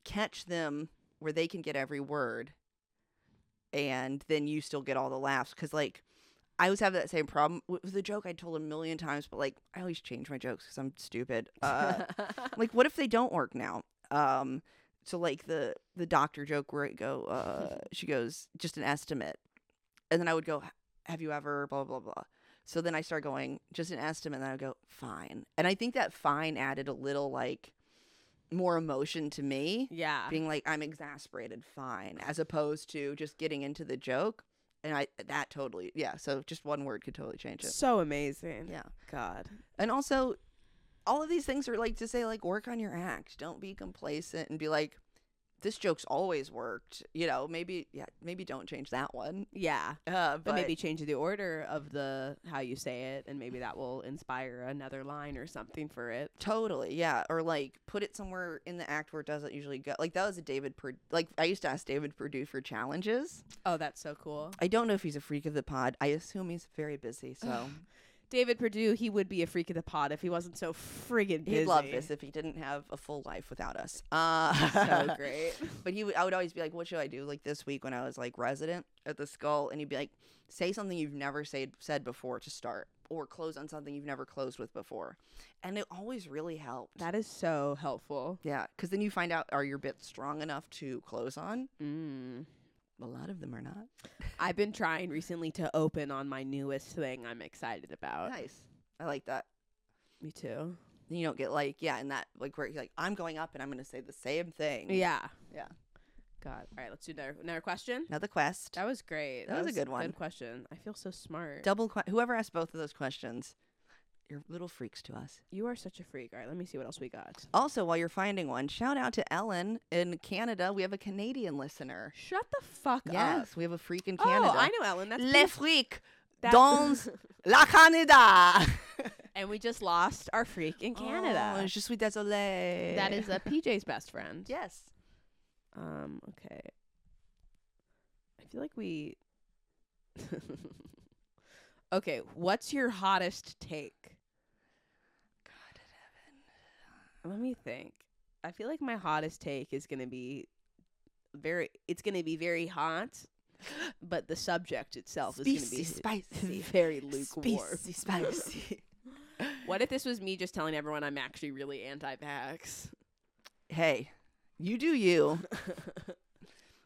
Speaker 2: catch them where they can get every word, and then you still get all the laughs. Because like I always have that same problem with with a joke I told a million times, but like I always change my jokes because I'm stupid. Uh, I'm like what if they don't work now um so like the the doctor joke where it go uh she goes just an estimate and then i would go "H- have you ever blah blah blah so then i start going just an estimate and then i would go fine and i think that fine added a little like more emotion to me
Speaker 3: yeah.
Speaker 2: being like i'm exasperated fine as opposed to just getting into the joke and i that totally yeah so just one word could totally change it
Speaker 3: So amazing.
Speaker 2: yeah
Speaker 3: God.
Speaker 2: and also, all of these things are like to say, like, work on your act. Don't be complacent and be like, this joke's always worked. You know, maybe, yeah, maybe don't change that one.
Speaker 3: Yeah.
Speaker 2: Uh,
Speaker 3: But, maybe change the order of the how you say it and maybe that will inspire another line or something for it.
Speaker 2: Totally, yeah. Or like put it somewhere in the act where it doesn't usually go. Like that was a David Perd Like I used to ask David Perdue for challenges.
Speaker 3: Oh, that's so cool.
Speaker 2: I don't know if he's a freak of the pod. I assume he's very busy, so
Speaker 3: David Perdue, he would be a freak of the pod if he wasn't so friggin' busy.
Speaker 2: he'd love this if he didn't have a full life without us. Uh,
Speaker 3: so great.
Speaker 2: But he, would- I would always be like, "What should I do?" Like this week when I was like resident at the skull, and he'd be like, "Say something you've never said said before to start, or close on something you've never closed with before," and it always really helped.
Speaker 3: That is so helpful.
Speaker 2: yeah, because then you find out are your bits strong enough to close on.
Speaker 3: Mm.
Speaker 2: A lot of them are not.
Speaker 3: I've been trying recently to open on my newest thing I'm excited about.
Speaker 2: Nice, I like that.
Speaker 3: Me too.
Speaker 2: You don't get like yeah, and that like where you're like, "I'm going up and I'm going to say the same thing."
Speaker 3: Yeah.
Speaker 2: Yeah.
Speaker 3: God. All right, let's do another, another question.
Speaker 2: Now the quest,
Speaker 3: That was great.
Speaker 2: That was a good one.
Speaker 3: Good question. I feel so smart.
Speaker 2: double que- whoever asked both of those questions, you're little freaks to us.
Speaker 3: you are such a freak. All right, let me see what else we got.
Speaker 2: Also, while you're finding one, shout out to Ellen in Canada. We have a Canadian listener.
Speaker 3: Shut the fuck up.
Speaker 2: Yes, we have a freak in Canada.
Speaker 3: Oh, I know Ellen. That's
Speaker 2: Les
Speaker 3: Pink-
Speaker 2: freaks
Speaker 3: that-
Speaker 2: dans la Canada.
Speaker 3: and we just lost our freak in Canada.
Speaker 2: Oh, je suis désolée.
Speaker 3: that is a PJ's best friend.
Speaker 2: yes.
Speaker 3: Um, okay. I feel like we Okay, what's your hottest take? Let me think. I feel like my hottest take is going to be very it's going to be very hot, but the subject itself is going
Speaker 2: spicy,
Speaker 3: to be
Speaker 2: spicy,
Speaker 3: very lukewarm.
Speaker 2: spicy, spicy.
Speaker 3: What if this was me just telling everyone I'm actually really anti-vax?
Speaker 2: hey, you do you.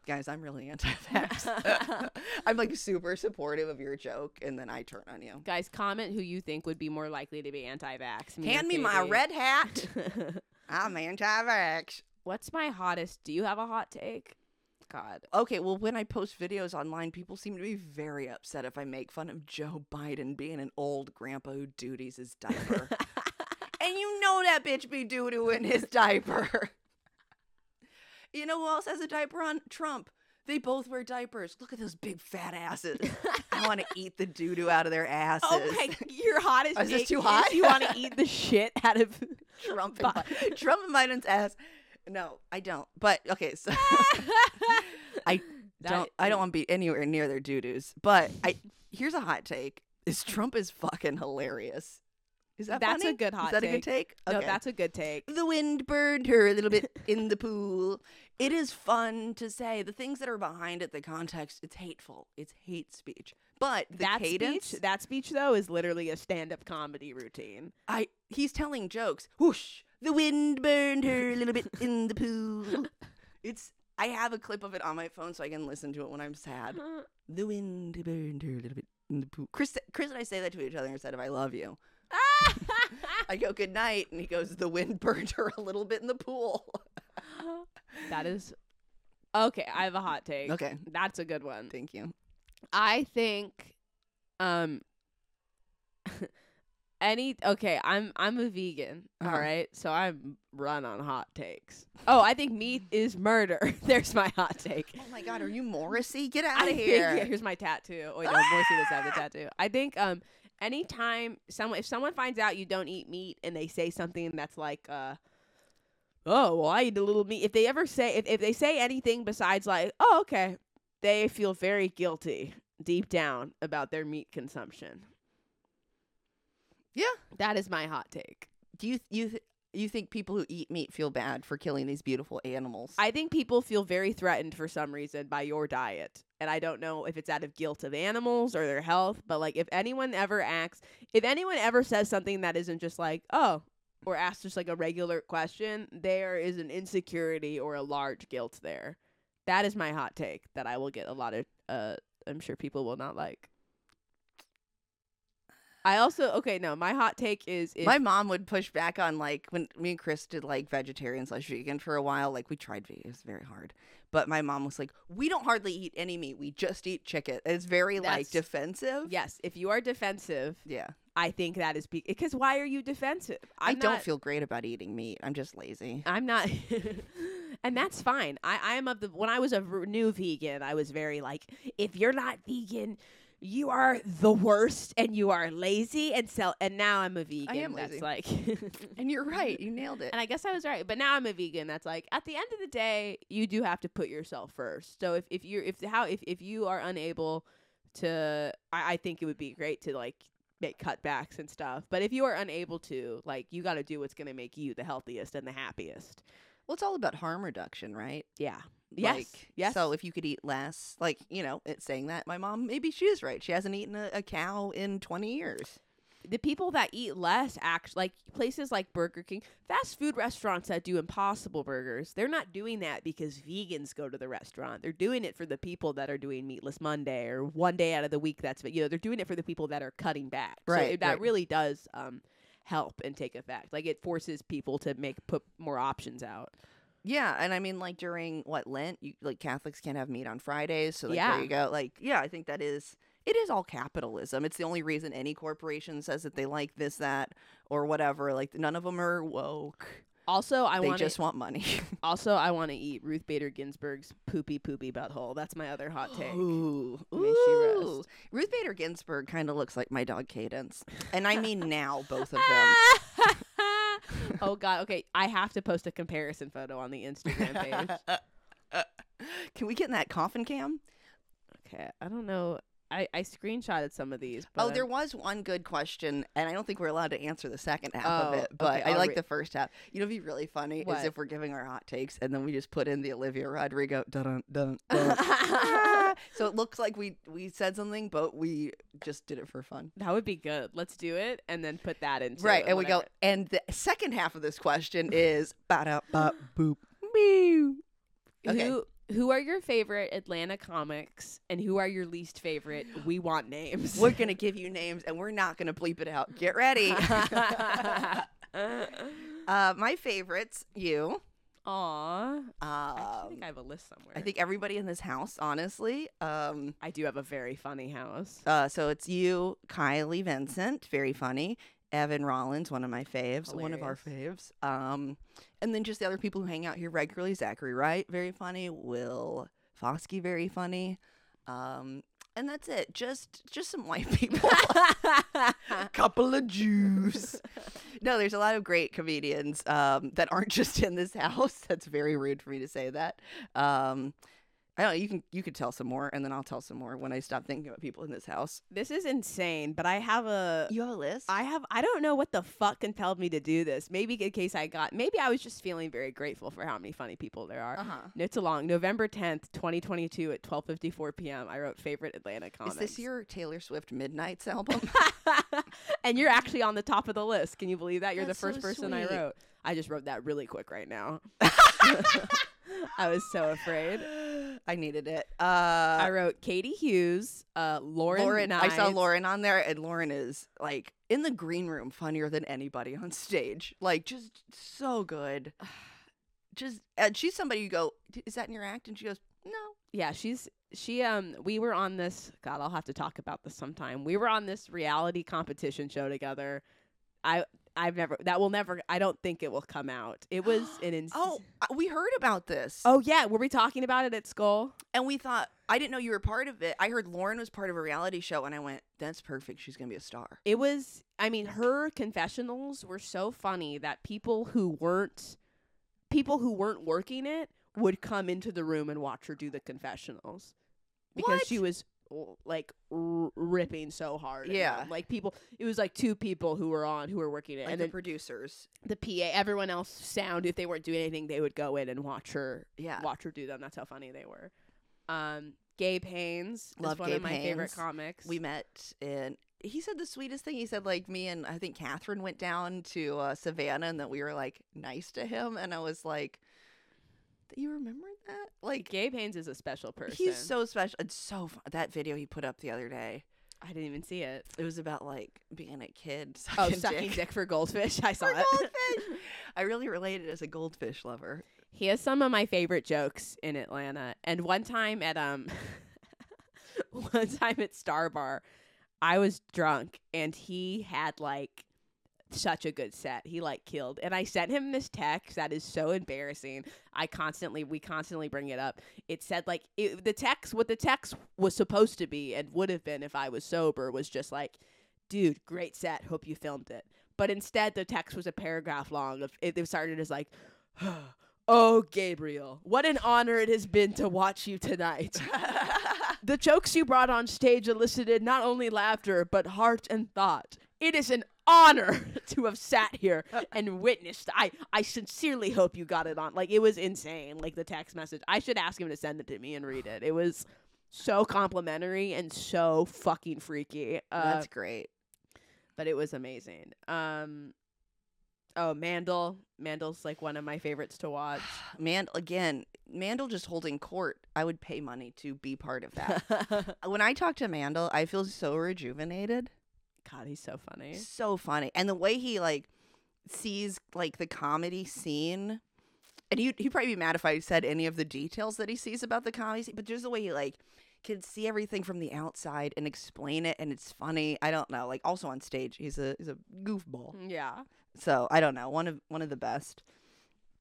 Speaker 2: Guys, I'm really anti-vax. I'm like super supportive of your joke, and then I turn on you.
Speaker 3: Guys, comment who you think would be more likely to be anti-vax. or
Speaker 2: Hand me my
Speaker 3: Katie.
Speaker 2: red hat. I'm anti-vax.
Speaker 3: What's my hottest? Do you have a hot take? God.
Speaker 2: Okay, well, when I post videos online, people seem to be very upset if I make fun of Joe Biden being an old grandpa who duties his diaper. and you know that bitch be doo doo in his diaper. you know who else has a diaper on? Trump. They both wear diapers. Look at those big fat asses. I want to eat the doo doo out of their asses.
Speaker 3: Oh my, your hottest
Speaker 2: Oh, Is this
Speaker 3: take
Speaker 2: too hot?
Speaker 3: is you want to eat the shit out of
Speaker 2: Trump and,
Speaker 3: Bi-
Speaker 2: Bi- Trump and Biden's ass. No, I don't. But okay, so. I
Speaker 3: That-
Speaker 2: don't I don't want to be anywhere near their doo doos. But I here's a hot take: is Trump is fucking hilarious. Is that
Speaker 3: That's a
Speaker 2: funny?
Speaker 3: good hot
Speaker 2: Is that a good take?
Speaker 3: No, that's a good take.
Speaker 2: the wind burned her a little bit in the pool. It is fun to say the things that are behind it, the context. It's hateful. It's hate speech. But the
Speaker 3: that
Speaker 2: cadence,
Speaker 3: speech, that speech though is literally a stand-up comedy routine.
Speaker 2: I he's telling jokes. Whoosh! The wind burned her a little bit in the pool. It's I have a clip of it on my phone so I can listen to it when I'm sad. The wind burned her a little bit in the pool. Chris, Chris and I say that to each other instead of "I love you."
Speaker 3: Ah.
Speaker 2: I go good night, and he goes, "The wind burned her a little bit in the pool."
Speaker 3: that is Okay, I have a hot take.
Speaker 2: Okay,
Speaker 3: That's a good one.
Speaker 2: thank you.
Speaker 3: I think um any okay, I'm I'm a vegan. all
Speaker 2: Uh-huh.
Speaker 3: right. So I'm run on hot takes. Oh, I think meat is murder. There's my hot take.
Speaker 2: Oh my God, are you Morrissey? Get
Speaker 3: I
Speaker 2: out of
Speaker 3: think-
Speaker 2: here!
Speaker 3: yeah, here's my tattoo. Oh, no, Morrissey does have the tattoo. I think um anytime someone if someone finds out you don't eat meat and they say something that's like uh Oh, well I eat a little meat if they ever say if, if they say anything besides like, Oh, okay, they feel very guilty deep down about their meat consumption.
Speaker 2: Yeah.
Speaker 3: That is my hot take.
Speaker 2: Do you you th- you think people who eat meat feel bad for killing these beautiful animals?
Speaker 3: I think people feel very threatened for some reason by your diet. And I don't know if it's out of guilt of animals or their health, but like if anyone ever acts, if anyone ever says something that isn't just like, oh, or asks just like a regular question, there is an insecurity or a large guilt there. That is my hot take that I will get a lot of, uh, I'm sure people will not like. I also, okay, no, my hot take is if,
Speaker 2: My mom would push back on like when me and Chris did like vegetarian slash vegan for a while. Like we tried vegan, it was very hard. But my mom was like, "We don't hardly eat any meat. We just eat chicken." It's very
Speaker 3: That's-
Speaker 2: like defensive.
Speaker 3: yes, if you are defensive,
Speaker 2: yeah.
Speaker 3: I think that is because why are you defensive?
Speaker 2: I'm I
Speaker 3: I'm
Speaker 2: do not
Speaker 3: not-
Speaker 2: feel great about eating meat. I'm just lazy.
Speaker 3: I'm not, and that's fine. I I am of the when I was a v- new vegan, I was very like, if you're not vegan, you are the worst, and you are lazy, and sell. And now I'm a vegan.
Speaker 2: am lazy.
Speaker 3: That's like,
Speaker 2: And you're right. You nailed it.
Speaker 3: and I guess I was right. But now I'm a vegan. That's like at the end of the day, you do have to put yourself first. So if if you're if how if if you are unable to, I, I think it would be great to like make cutbacks and stuff. But if you are unable to, like you got to do what's gonna make you the healthiest and the happiest.
Speaker 2: well, it's all about harm reduction, right?
Speaker 3: Yeah. Yes,
Speaker 2: Like,
Speaker 3: yes.
Speaker 2: So if you could eat less, like you know, it's saying that my mom maybe she is right. She hasn't eaten a, a cow in 20 years.
Speaker 3: the people that eat less act like places like Burger King, fast food restaurants that do impossible burgers, they're not doing that because vegans go to the restaurant. They're doing it for the people that are doing meatless Monday or one day out of the week that's you know, they're doing it for the people that are cutting back. So
Speaker 2: Right,
Speaker 3: it, that
Speaker 2: right.
Speaker 3: really does um help and take effect. Like it forces people to make put more options out.
Speaker 2: Yeah, and I mean, like during what Lent, you like Catholics can't have meat on Fridays, so like
Speaker 3: Yeah.
Speaker 2: there you go. Like, yeah, I think that is it is all capitalism. It's the only reason any corporation says that they like this, that, or whatever. Like, none of them are woke.
Speaker 3: Also, I
Speaker 2: they
Speaker 3: want
Speaker 2: just want money.
Speaker 3: also I want to eat Ruth Bader Ginsburg's poopy poopy butthole. That's my other hot take.
Speaker 2: Ooh,
Speaker 3: May she rest.
Speaker 2: ooh. Ruth Bader Ginsburg kind of looks like my dog Cadence, and I mean now both of them.
Speaker 3: oh god. Okay, I have to post a comparison photo on the Instagram page.
Speaker 2: Can we get in that coffin cam?
Speaker 3: okay, I don't know. I I screenshotted some of these. But
Speaker 2: Oh, there
Speaker 3: I'm-
Speaker 2: was one good question, and I don't think we're allowed to answer the second half of
Speaker 3: Oh,
Speaker 2: it, but
Speaker 3: okay,
Speaker 2: I
Speaker 3: I'll
Speaker 2: like
Speaker 3: re-
Speaker 2: the first half. You know, what'd be really funny is
Speaker 3: What?
Speaker 2: if we're giving our hot takes and then we just put in the Olivia Rodrigo dun dun dun. Ah! so it looks like we we said something, but we just did it for fun.
Speaker 3: that would be good. Let's do it and then put that into
Speaker 2: right,
Speaker 3: it,
Speaker 2: and we go.
Speaker 3: whatever.
Speaker 2: And the second half of this question is ba da ba boop. Okay.
Speaker 3: Who who are your favorite Atlanta comics and who are your least favorite? We want names.
Speaker 2: We're gonna give you names, and we're not gonna bleep it out. Get ready. uh, my favorites, you.
Speaker 3: Aw. I
Speaker 2: Um,
Speaker 3: think I have a list somewhere.
Speaker 2: I think everybody in this house, honestly. Um,
Speaker 3: I do have a very funny house.
Speaker 2: uh, so it's you, Kylie Vincent, very funny. Evan Rollins, one of my faves, one of our faves. Um, and then just the other people who hang out here regularly: Zachary Wright, very funny. Will Foskey, very funny. Um, and that's it. Just just some white people. couple of Jews. no, there's a lot of great comedians um, that aren't just in this house. That's very rude for me to say that. Um, I don't know. You can you could tell some more, and then I'll tell some more when I stop thinking about people in this house.
Speaker 3: this is insane, but I have a
Speaker 2: You have a list.
Speaker 3: I have I don't know what the fuck compelled me to do this. Maybe in case I got maybe I was just feeling very grateful for how many funny people there are.
Speaker 2: huh.
Speaker 3: It's along November 10th, 2022 at 12:54 p.m. I wrote favorite Atlanta
Speaker 2: Is
Speaker 3: comics.
Speaker 2: this your Taylor Swift Midnight's album?
Speaker 3: and you're actually on the top of the list. Can you believe that? You're
Speaker 2: That's
Speaker 3: the first
Speaker 2: so
Speaker 3: person I
Speaker 2: sweet.
Speaker 3: wrote. I just wrote that really quick right now. I was so afraid.
Speaker 2: I needed it. Uh,
Speaker 3: I wrote Katie Hughes, uh, Lauren.
Speaker 2: Lauren, I saw
Speaker 3: Knight.
Speaker 2: Lauren on there, and Lauren is like in the green room funnier than anybody on stage. Like, just so good. Just, and she's somebody you go, "D- is that in your act? And she goes, no.
Speaker 3: yeah she's she um we were on this god i'll have to talk about this sometime we were on this reality competition show together i i've never that will never i don't think it will come out it was an ins-
Speaker 2: Oh, I- we heard about this,
Speaker 3: oh yeah were we talking about it at school
Speaker 2: and we thought I didn't know you were part of it. I heard Lauren was part of a reality show, and I went, that's perfect. She's gonna be a star.
Speaker 3: it was i mean her confessionals were so funny that people who weren't people who weren't working it would come into the room and watch her do the confessionals because she
Speaker 2: What?
Speaker 3: was l- like r- ripping so hard. at
Speaker 2: Yeah.
Speaker 3: them. like people. It was like two people who were on who were working it,
Speaker 2: Like
Speaker 3: and
Speaker 2: the
Speaker 3: then
Speaker 2: producers.
Speaker 3: the PA, everyone else sound. If they weren't doing anything, they would go in and watch her
Speaker 2: Yeah.
Speaker 3: watch her do them. That's how funny they were. Um, Gabe Haynes
Speaker 2: Love
Speaker 3: is one
Speaker 2: Gabe
Speaker 3: of my favorite
Speaker 2: Haynes.
Speaker 3: comics.
Speaker 2: We met and he said the sweetest thing. He said like me and I think Catherine went down to uh, Savannah and that we were like nice to him. And I was like, you remembered that? Like
Speaker 3: Gabe Haynes is a special person.
Speaker 2: he's so special. It's so fun. that video he put up the other day.
Speaker 3: I didn't even see it.
Speaker 2: It was about like being a kid.
Speaker 3: Oh,
Speaker 2: Sucking
Speaker 3: sucking dick.
Speaker 2: dick.
Speaker 3: for goldfish. I saw
Speaker 2: for
Speaker 3: it.
Speaker 2: goldfish. I really related as a goldfish lover.
Speaker 3: he has some of my favorite jokes in Atlanta. And one time at um one time at Star Bar, I was drunk and he had like such a good set. He like killed. And I sent him this text that is so embarrassing. I constantly we constantly bring it up. It said like it, the text what the text was supposed to be and would have been if I was sober was just like, dude, great set. Hope you filmed it. But instead the text was a paragraph long of it, it started as like Oh, Gabriel, what an honor it has been to watch you tonight. The jokes you brought on stage elicited not only laughter, but heart and thought. It is an honor to have sat here and witnessed. I, I sincerely hope you got it on. Like, it was insane. Like, the text message. I should ask him to send it to me and read it. It was so complimentary and so fucking freaky. Uh,
Speaker 2: That's great.
Speaker 3: but it was amazing. Um, oh, Mandel. Mandel's like one of my favorites to watch.
Speaker 2: Mandel again, Mandel just holding court. I would pay money to be part of that. when I talk to Mandel, I feel so rejuvenated.
Speaker 3: God, he's so funny.
Speaker 2: So funny. And the way he like sees like the comedy scene. And he he'd probably be mad if I said any of the details that he sees about the comedy scene, but just the way he like can see everything from the outside and explain it and it's funny. I don't know. Like also on stage, he's a he's a goofball.
Speaker 3: Mm, Yeah.
Speaker 2: So I don't know. One of one of the best.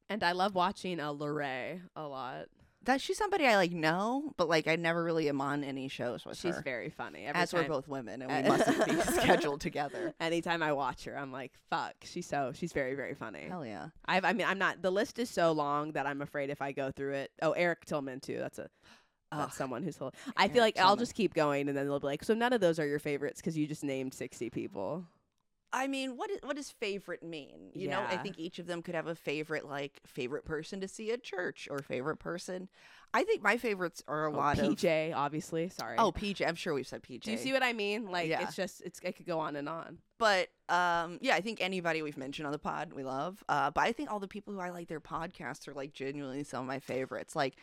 Speaker 3: And I love watching uh, Lorraine a lot.
Speaker 2: That she's somebody I like know, but like I never really am on any shows with
Speaker 3: She's
Speaker 2: her.
Speaker 3: very funny. Every
Speaker 2: as we're
Speaker 3: time- Uh,
Speaker 2: both women and we mustn't be scheduled together.
Speaker 3: Anytime I watch her, I'm like, fuck, she's so, she's very, very funny.
Speaker 2: Hell yeah.
Speaker 3: I've, I mean, I'm not, the list is so long that I'm afraid if I go through it. Oh, Eric Tillman, too. That's a,
Speaker 2: Ugh.
Speaker 3: that's someone who's, hila- I feel
Speaker 2: Eric
Speaker 3: like I'll
Speaker 2: Tillman.
Speaker 3: just keep going and then they'll be like, so none of those are your favorites because you just named 60 people.
Speaker 2: I mean, what is, what does favorite mean? You know, I
Speaker 3: Yeah.
Speaker 2: think each of them could have a favorite, like favorite person to see at church or favorite person. I think my favorites are a
Speaker 3: Oh,
Speaker 2: lot of
Speaker 3: PJ, obviously. Sorry.
Speaker 2: oh PJ. I'm sure we've said PJ.
Speaker 3: do you see what I mean? Like,
Speaker 2: Yeah.
Speaker 3: it's just, it's, it could go on and on.
Speaker 2: But um, yeah, I think anybody we've mentioned on the pod we love. Uh, but I think all the people who I like their podcasts are like genuinely some of my favorites. Like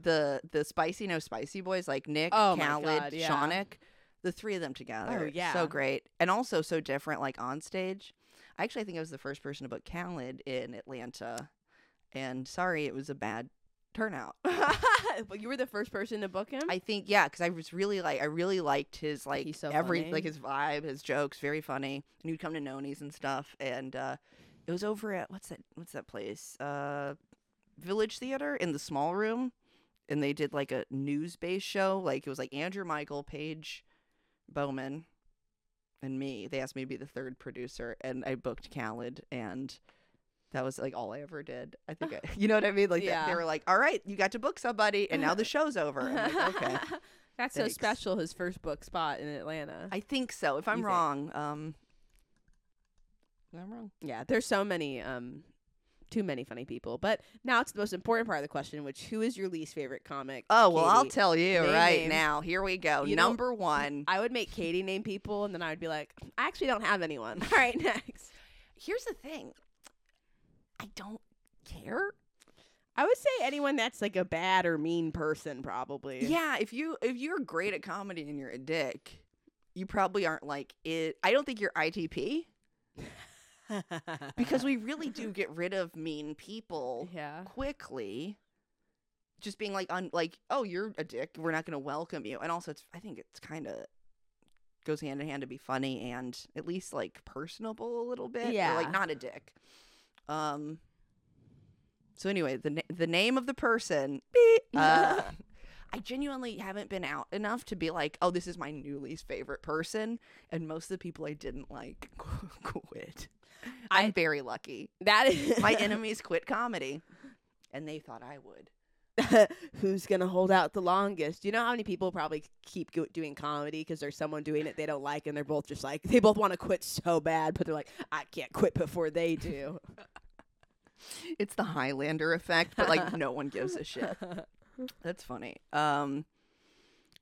Speaker 2: the the spicy no spicy boys, like Nick,
Speaker 3: Oh my
Speaker 2: Khaled,
Speaker 3: God, yeah.
Speaker 2: Shaunik, the three of them together.
Speaker 3: Oh, yeah.
Speaker 2: so great and also so different. Like on stage, I actually think I was the first person to book Khaled in Atlanta, and sorry, it was a bad turnout.
Speaker 3: but you were the first person to book him?
Speaker 2: I think yeah, because I was really like I really liked his like
Speaker 3: He's so
Speaker 2: every
Speaker 3: funny.
Speaker 2: like his vibe, his jokes, very funny. And he'd come to Noni's and stuff, and uh, it was over at what's that what's that place? Uh, Village Theater in the small room, and they did like a news based show. Like it was like Andrew Michael, Paige Bowman, and me. They asked me to be the third producer, and I booked Khaled and. That was like all I ever did. I think I, you know what I mean. Like they,
Speaker 3: Yeah.
Speaker 2: they were like, "All right, you got to book somebody," and now the show's over. I'm like, okay, Thanks.
Speaker 3: That's so special. His first book spot in Atlanta.
Speaker 2: I think so. If I'm
Speaker 3: think?
Speaker 2: wrong, um, I'm wrong.
Speaker 3: yeah, there's so many, um, too many funny people. But now it's the most important part of the question, which who is your least favorite comic?
Speaker 2: Oh well, I'll
Speaker 3: Katie.
Speaker 2: tell you
Speaker 3: Name
Speaker 2: right
Speaker 3: names.
Speaker 2: now. Here we go.
Speaker 3: You don't-
Speaker 2: Number one.
Speaker 3: I would make Katie name people, and then I would be like, I actually don't have anyone. All right, next.
Speaker 2: Here's the thing. I don't care.
Speaker 3: I would say anyone that's like a bad or mean person, probably.
Speaker 2: Yeah, if you if you're great at comedy and you're a dick, you probably aren't like it. I don't think you're ITP because we really do get rid of mean people
Speaker 3: yeah.
Speaker 2: quickly. Just being like un like oh you're a dick. We're not going to welcome you. And also, it's I think it's kind of goes hand in hand to be funny and at least like personable a little bit. You're,
Speaker 3: Yeah.
Speaker 2: like not a dick. Um. So anyway, the na- the name of the person. beep, uh, I genuinely haven't been out enough to be like, oh, this is my new least favorite person, and most of the people I didn't like quit. I'm
Speaker 3: I-
Speaker 2: very lucky.
Speaker 3: That is
Speaker 2: My enemies quit comedy, and they thought I would.
Speaker 3: who's gonna hold out the longest? You know how many people probably keep go- doing comedy because there's someone doing it they don't like, and they're both just like they both want to quit so bad, but they're like, I can't quit before they do.
Speaker 2: It's the Highlander effect, but like no one gives a shit. That's funny. Um,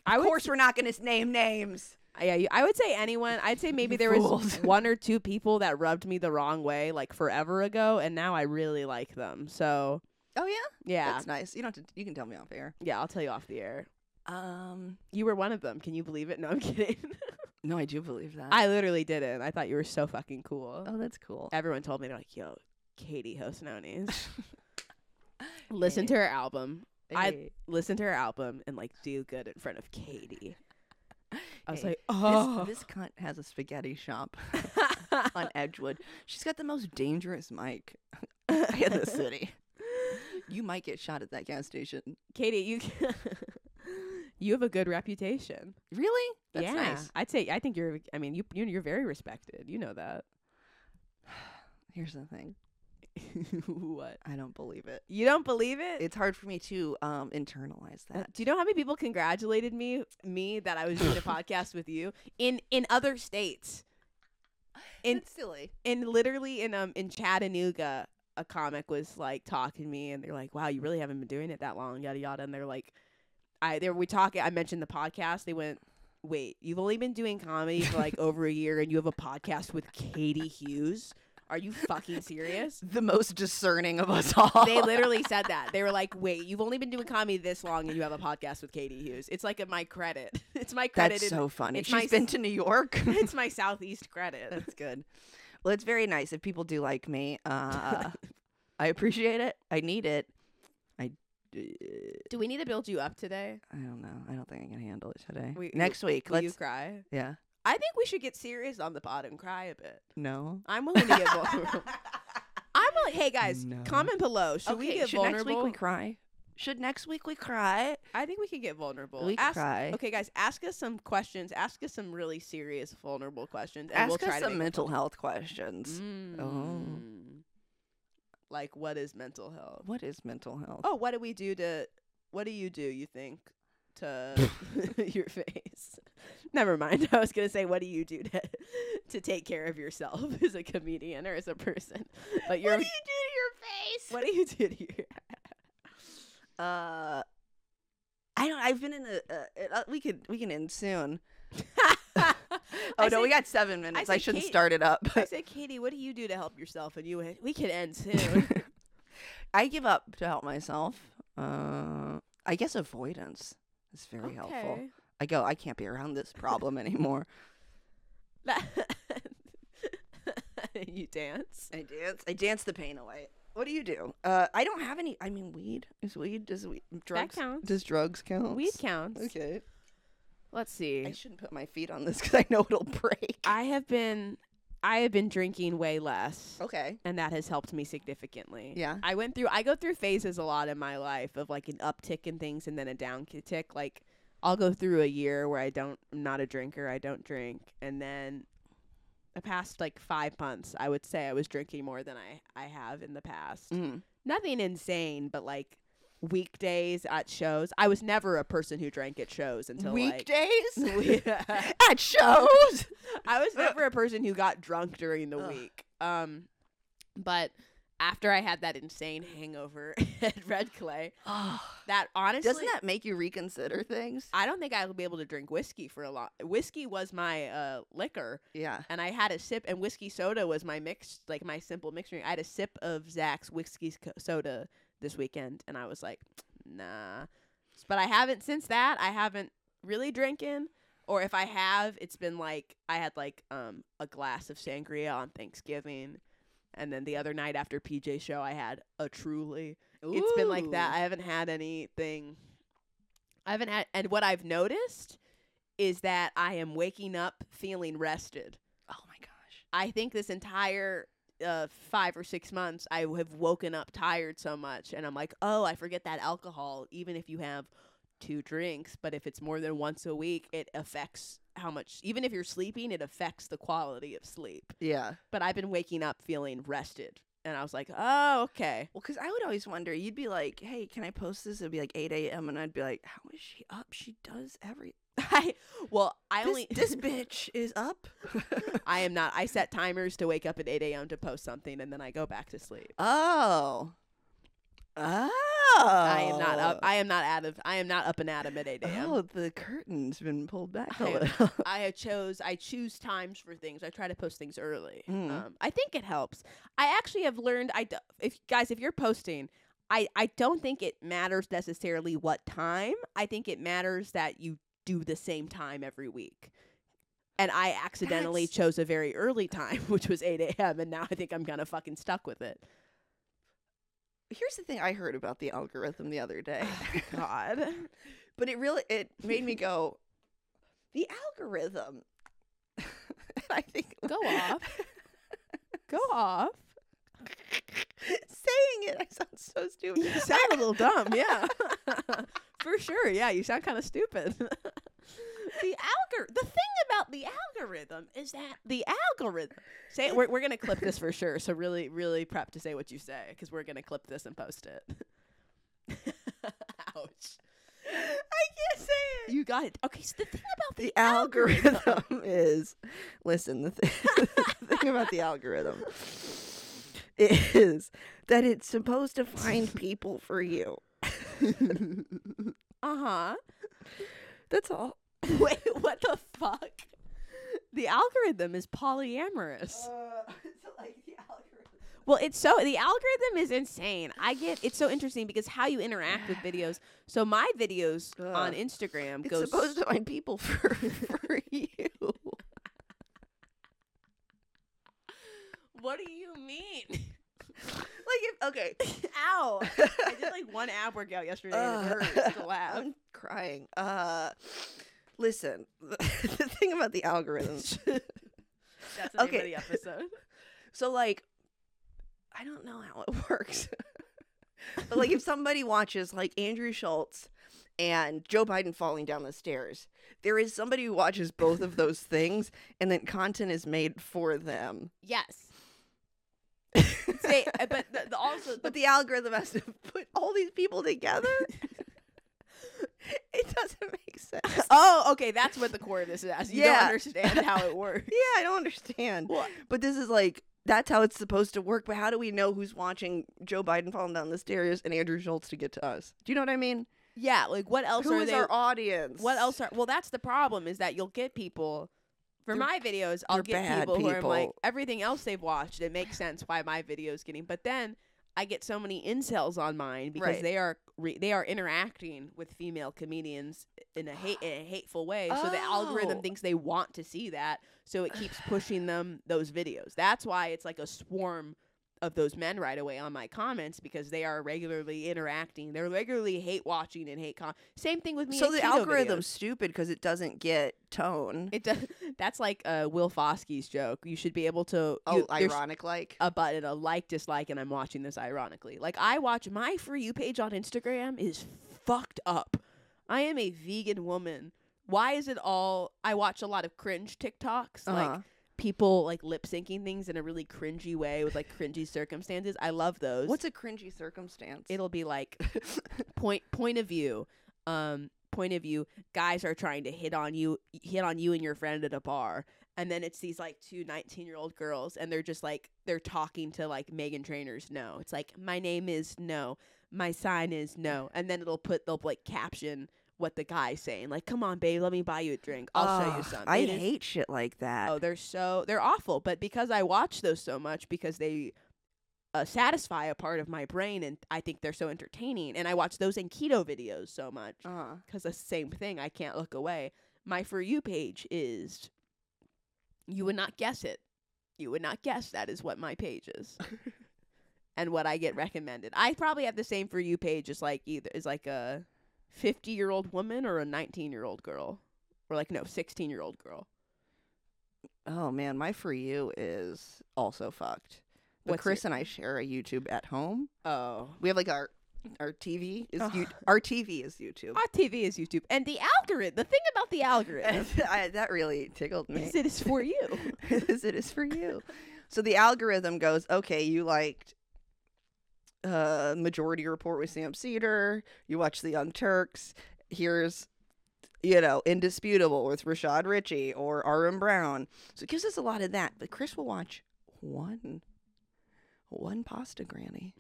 Speaker 3: I
Speaker 2: of
Speaker 3: would,
Speaker 2: course, we're not going to name names.
Speaker 3: yeah, you- I would say anyone. I'd say maybe there
Speaker 2: fools.
Speaker 3: was one or two people that rubbed me the wrong way like forever ago, and now I really like them. So
Speaker 2: Oh yeah,
Speaker 3: yeah,
Speaker 2: that's nice. You don't. Have to, you can tell me off air.
Speaker 3: yeah, I'll tell you off the air.
Speaker 2: Um,
Speaker 3: You were one of them. Can you believe it? No, I'm kidding.
Speaker 2: no, I do believe that.
Speaker 3: I literally didn't. I thought you were so fucking cool.
Speaker 2: oh, that's cool.
Speaker 3: Everyone told me they're like, "Yo, Katie Hosnonies, listen to her album. I
Speaker 2: Hey.
Speaker 3: listen to her album and like do good in front of Katie." I was
Speaker 2: Hey,
Speaker 3: like,
Speaker 2: This,
Speaker 3: "Oh,
Speaker 2: this cunt has a spaghetti shop on Edgewood. She's got the most dangerous mic in the city. You might get shot at that gas station.
Speaker 3: Katie, you you have a good reputation.
Speaker 2: Really? That's
Speaker 3: yeah,
Speaker 2: nice.
Speaker 3: I'd say I think you're. I mean, you you- you're very respected. You know that.
Speaker 2: Here's the thing.
Speaker 3: what?
Speaker 2: I don't believe it.
Speaker 3: You don't believe it?
Speaker 2: It's hard for me to um, internalize
Speaker 3: Uh,
Speaker 2: that.
Speaker 3: Do you know how many people congratulated me me that I was doing a podcast with you in in other states? In
Speaker 2: it's silly.
Speaker 3: in literally in um in Chattanooga, a comic was like talking to me and they're like, "Wow, you really haven't been doing it that long." Yada yada, and they're like, "I there we talk. I mentioned the podcast. They went." Wait, you've only been doing comedy for like over a year and you have a podcast with Katie Hughes? Are you fucking serious?
Speaker 2: The most discerning of us all.
Speaker 3: they literally said that. They were like, "Wait, you've only been doing comedy this long, and you have a podcast with Katie Hughes." It's like a, my credit. It's my credit.
Speaker 2: That's so funny.
Speaker 3: it's
Speaker 2: She's
Speaker 3: my
Speaker 2: been
Speaker 3: s-
Speaker 2: to New York.
Speaker 3: it's my southeast credit.
Speaker 2: That's good. Well, it's very nice if people do like me. Uh, I appreciate it. I need it. I.
Speaker 3: Do we need to build you up today?
Speaker 2: I don't know. I don't think I can handle it today.
Speaker 3: We-
Speaker 2: Next week,
Speaker 3: Will
Speaker 2: let's.
Speaker 3: you cry?
Speaker 2: yeah.
Speaker 3: I think we should get serious on the pod and cry a bit.
Speaker 2: No.
Speaker 3: I'm willing to get vulnerable. I'm willing. Hey guys,
Speaker 2: No.
Speaker 3: comment below. Should we
Speaker 2: Okay,
Speaker 3: get
Speaker 2: should
Speaker 3: vulnerable?
Speaker 2: next week we cry? Should next week we cry?
Speaker 3: I think we could get vulnerable.
Speaker 2: We
Speaker 3: ask,
Speaker 2: cry.
Speaker 3: Okay, guys, ask us some questions. Ask us some really serious, vulnerable questions, and
Speaker 2: Ask
Speaker 3: we'll try
Speaker 2: us
Speaker 3: to
Speaker 2: some Oh.
Speaker 3: make
Speaker 2: mental health questions.
Speaker 3: Mm. Like, what is mental health?
Speaker 2: What is mental health?
Speaker 3: Oh, what do we do to? What do you do? You think to your face? Never mind. I was gonna say, what do you do to to take care of yourself as a comedian or as a person? But you're.
Speaker 2: what do you do to your face?
Speaker 3: What do you do to your?
Speaker 2: Uh, I don't. I've been in a. Uh, uh, we could. We can end soon.
Speaker 3: oh
Speaker 2: Oh no, we got seven minutes. I,
Speaker 3: say
Speaker 2: shouldn't
Speaker 3: Kate-
Speaker 2: start it up.
Speaker 3: I said, Katie, what do you do to help yourself? And you went, we could end soon.
Speaker 2: I give up to help myself. Uh, I guess avoidance is very helpful.
Speaker 3: Okay.
Speaker 2: I go. I can't be around this problem anymore.
Speaker 3: you dance.
Speaker 2: I dance. I dance the pain away. What do you do? Uh, I don't have any. I mean, weed is weed. Does weed drugs
Speaker 3: counts.
Speaker 2: Does drugs count?
Speaker 3: Weed counts.
Speaker 2: Okay.
Speaker 3: Let's see.
Speaker 2: I shouldn't put my feet on this because I know it'll break.
Speaker 3: I have been I have been drinking way less.
Speaker 2: okay.
Speaker 3: And that has helped me significantly.
Speaker 2: Yeah.
Speaker 3: I went through I go through phases a lot in my life of like an uptick in things and then a downtick. Like I'll go through a year where I don't I'm not a drinker, I don't drink. And then the past like five months, I would say I was drinking more than I, I have in the past.
Speaker 2: Mm.
Speaker 3: Nothing insane, but like weekdays at shows. I was never a person who drank at shows until like
Speaker 2: Weekdays
Speaker 3: Yeah.
Speaker 2: at shows.
Speaker 3: I was never a person who got drunk during the
Speaker 2: Ugh.
Speaker 3: week. Um, but after I had that insane hangover at Red Clay, that honestly,
Speaker 2: Doesn't that make you reconsider things?
Speaker 3: I don't think I would be able to drink whiskey for a lot. Whiskey was my uh, liquor,
Speaker 2: Yeah.
Speaker 3: and I had a sip, and whiskey soda was my mix, like my simple mixer. I had a sip of Zach's whiskey co- soda this weekend, and I was like, nah. But I haven't since that. I haven't really drinking, or if I have, it's been like I had like um a glass of sangria on Thanksgiving, and then the other night after PJ show, I had a truly. It's been like that. I haven't had anything. I haven't had, and what I've noticed is that I am waking up feeling rested.
Speaker 2: Oh my gosh.
Speaker 3: I think this entire uh, five or six months, I have woken up tired so much, and I'm like, oh, I forget that alcohol. Even if you have two drinks, but if it's more than once a week, it affects how much. Even if you're sleeping, it affects the quality of sleep.
Speaker 2: Yeah.
Speaker 3: But I've been waking up feeling rested and I was like, oh, okay.
Speaker 2: Well, because I would always wonder, you'd be like, hey, can I post this? It'd be like 8 a.m. And I'd be like, how is she up? She does every.
Speaker 3: I well, I
Speaker 2: This,
Speaker 3: only
Speaker 2: this bitch is up.
Speaker 3: I am not. I set timers to wake up at 8 a.m. to post something, and then I go back to sleep.
Speaker 2: oh. Oh.
Speaker 3: I am not up. I am not out of. I am not up and at 'em at 8 a.m.
Speaker 2: Oh, the curtain's been pulled back a
Speaker 3: I-
Speaker 2: little.
Speaker 3: I have chose I choose times for things. I try to post things early.
Speaker 2: Mm.
Speaker 3: Um, I think it helps. I actually have learned. I d- if guys, if you're posting, I I don't think it matters necessarily what time. I think it matters that you do the same time every week. And I accidentally
Speaker 2: That's-
Speaker 3: chose a very early time, which was 8 a.m. And now I think I'm kind of fucking stuck with it.
Speaker 2: Here's the thing I heard about the algorithm the other day.
Speaker 3: God.
Speaker 2: but it really it made me go the algorithm i think
Speaker 3: Go off. Go off.
Speaker 2: saying it i sound so stupid
Speaker 3: You sound a little dumb, yeah. For sure, yeah. You sound kind of stupid. the algor the thing about the algorithm is that the algorithm. Say it, we're we're gonna clip this for sure. So really, really prep to say what you say because we're gonna clip this and post it. Ouch.
Speaker 2: i can't say it
Speaker 3: You got it. Okay. So the thing about
Speaker 2: the algorithm is listen the, th- the thing about the algorithm is that it's supposed to find people for you
Speaker 3: uh huh.
Speaker 2: that's all
Speaker 3: Wait, what the fuck? The algorithm is
Speaker 2: Uh,
Speaker 3: polyamorous. Well, it's so the algorithm is insane. I get it's so interesting because how you interact with videos. So my videos on
Speaker 2: Ugh.
Speaker 3: Instagram
Speaker 2: it's
Speaker 3: go
Speaker 2: supposed to find people for, for you
Speaker 3: What do you mean?
Speaker 2: like if okay
Speaker 3: Ow! I did like one ab workout yesterday and it
Speaker 2: Ugh.
Speaker 3: hurts to laugh.
Speaker 2: I'm crying. Uh, listen, the thing about the algorithm.
Speaker 3: That's the name
Speaker 2: Okay.
Speaker 3: of the episode.
Speaker 2: so like, I don't know how it works. but like, if somebody watches like Andrew Schultz and Joe Biden falling down the stairs, there is somebody who watches both of those things, and then content is made for them.
Speaker 3: Yes. Say, uh, but the, the, also the
Speaker 2: But the algorithm has to put all these people together. it doesn't make sense.
Speaker 3: oh okay that's what the core of this is. You
Speaker 2: Yeah.
Speaker 3: don't understand how it works.
Speaker 2: Yeah, I don't understand. But this is like that's how it's supposed to work. But how do we know who's watching Joe Biden falling down the stairs and Andrew Schultz to get to us? Do you know what I mean?
Speaker 3: Yeah, like what else
Speaker 2: Who
Speaker 3: are
Speaker 2: is
Speaker 3: they?
Speaker 2: our audience?
Speaker 3: What else are well? That's the problem is that you'll get people. For
Speaker 2: They're-
Speaker 3: my videos, I'll
Speaker 2: they're
Speaker 3: get
Speaker 2: bad
Speaker 3: people, who are like
Speaker 2: people.
Speaker 3: everything else they've watched. It makes sense why my video's getting. But then I get so many incels on mine because
Speaker 2: Right.
Speaker 3: they are re- they are interacting with female comedians in a hate in a hateful way. So the algorithm
Speaker 2: Oh.
Speaker 3: thinks they want to see that, so it keeps pushing them those videos. That's why it's like a swarm of those men right away on my comments because they are regularly interacting. They're regularly hate watching and hate com. Same thing with me.
Speaker 2: So
Speaker 3: and
Speaker 2: the
Speaker 3: keto videos.
Speaker 2: algorithm's stupid because it doesn't get tone.
Speaker 3: It does. That's like uh, Will Foskey's joke. You should be able to.
Speaker 2: oh,
Speaker 3: you, there's
Speaker 2: ironic like.
Speaker 3: A button, a like, dislike, and I'm watching this ironically. Like I watch my for you page on Instagram is fucked up. I am a vegan woman. Why is it all? I watch a lot of cringe TikToks, like
Speaker 2: Uh-huh.
Speaker 3: people like lip syncing things in a really cringy way with like cringy circumstances. I love those.
Speaker 2: What's a cringy circumstance?
Speaker 3: It'll be like point point of view um point of view guys are trying to hit on you hit on you and your friend at a bar and then it's these like two 19 year old girls and they're just like they're talking to like megan trainers no it's like my name is no my sign is no and then it'll put they'll like caption what the guy's saying like come on babe let me buy you a drink i'll show you
Speaker 2: Ugh,
Speaker 3: some
Speaker 2: Ah, I
Speaker 3: It is-
Speaker 2: hate shit like that.
Speaker 3: Oh, they're so they're awful. But because I watch those so much, because they uh, satisfy a part of my brain, and I think they're so entertaining, and I watch those and keto videos so much
Speaker 2: Uh-huh.
Speaker 3: because the same thing. I can't look away. My for you page is. You would not guess it. You would not guess that is what my page is. and what I get recommended. I probably have the same for you page as like either is like a 50-year-old woman or a 19-year-old girl or like no, 16-year-old girl.
Speaker 2: Oh man, my for you is also fucked. But
Speaker 3: What's your-
Speaker 2: Chris and I share a YouTube at home. Ah.
Speaker 3: Oh.
Speaker 2: We have like our our TV is
Speaker 3: Ugh.
Speaker 2: you our TV is YouTube.
Speaker 3: Our TV is YouTube. And the algorithm, the thing about the algorithm
Speaker 2: I, that really tickled me.
Speaker 3: is it is for you.
Speaker 2: as it is for you. So the algorithm goes, okay, you liked uh, Majority Report with Sam Cedar. You watch The Young Turks. Here's, you know, Indisputable with Rashad Ritchie or Arum Brown. So it gives us a lot of that. But Chris will watch one, one pasta granny.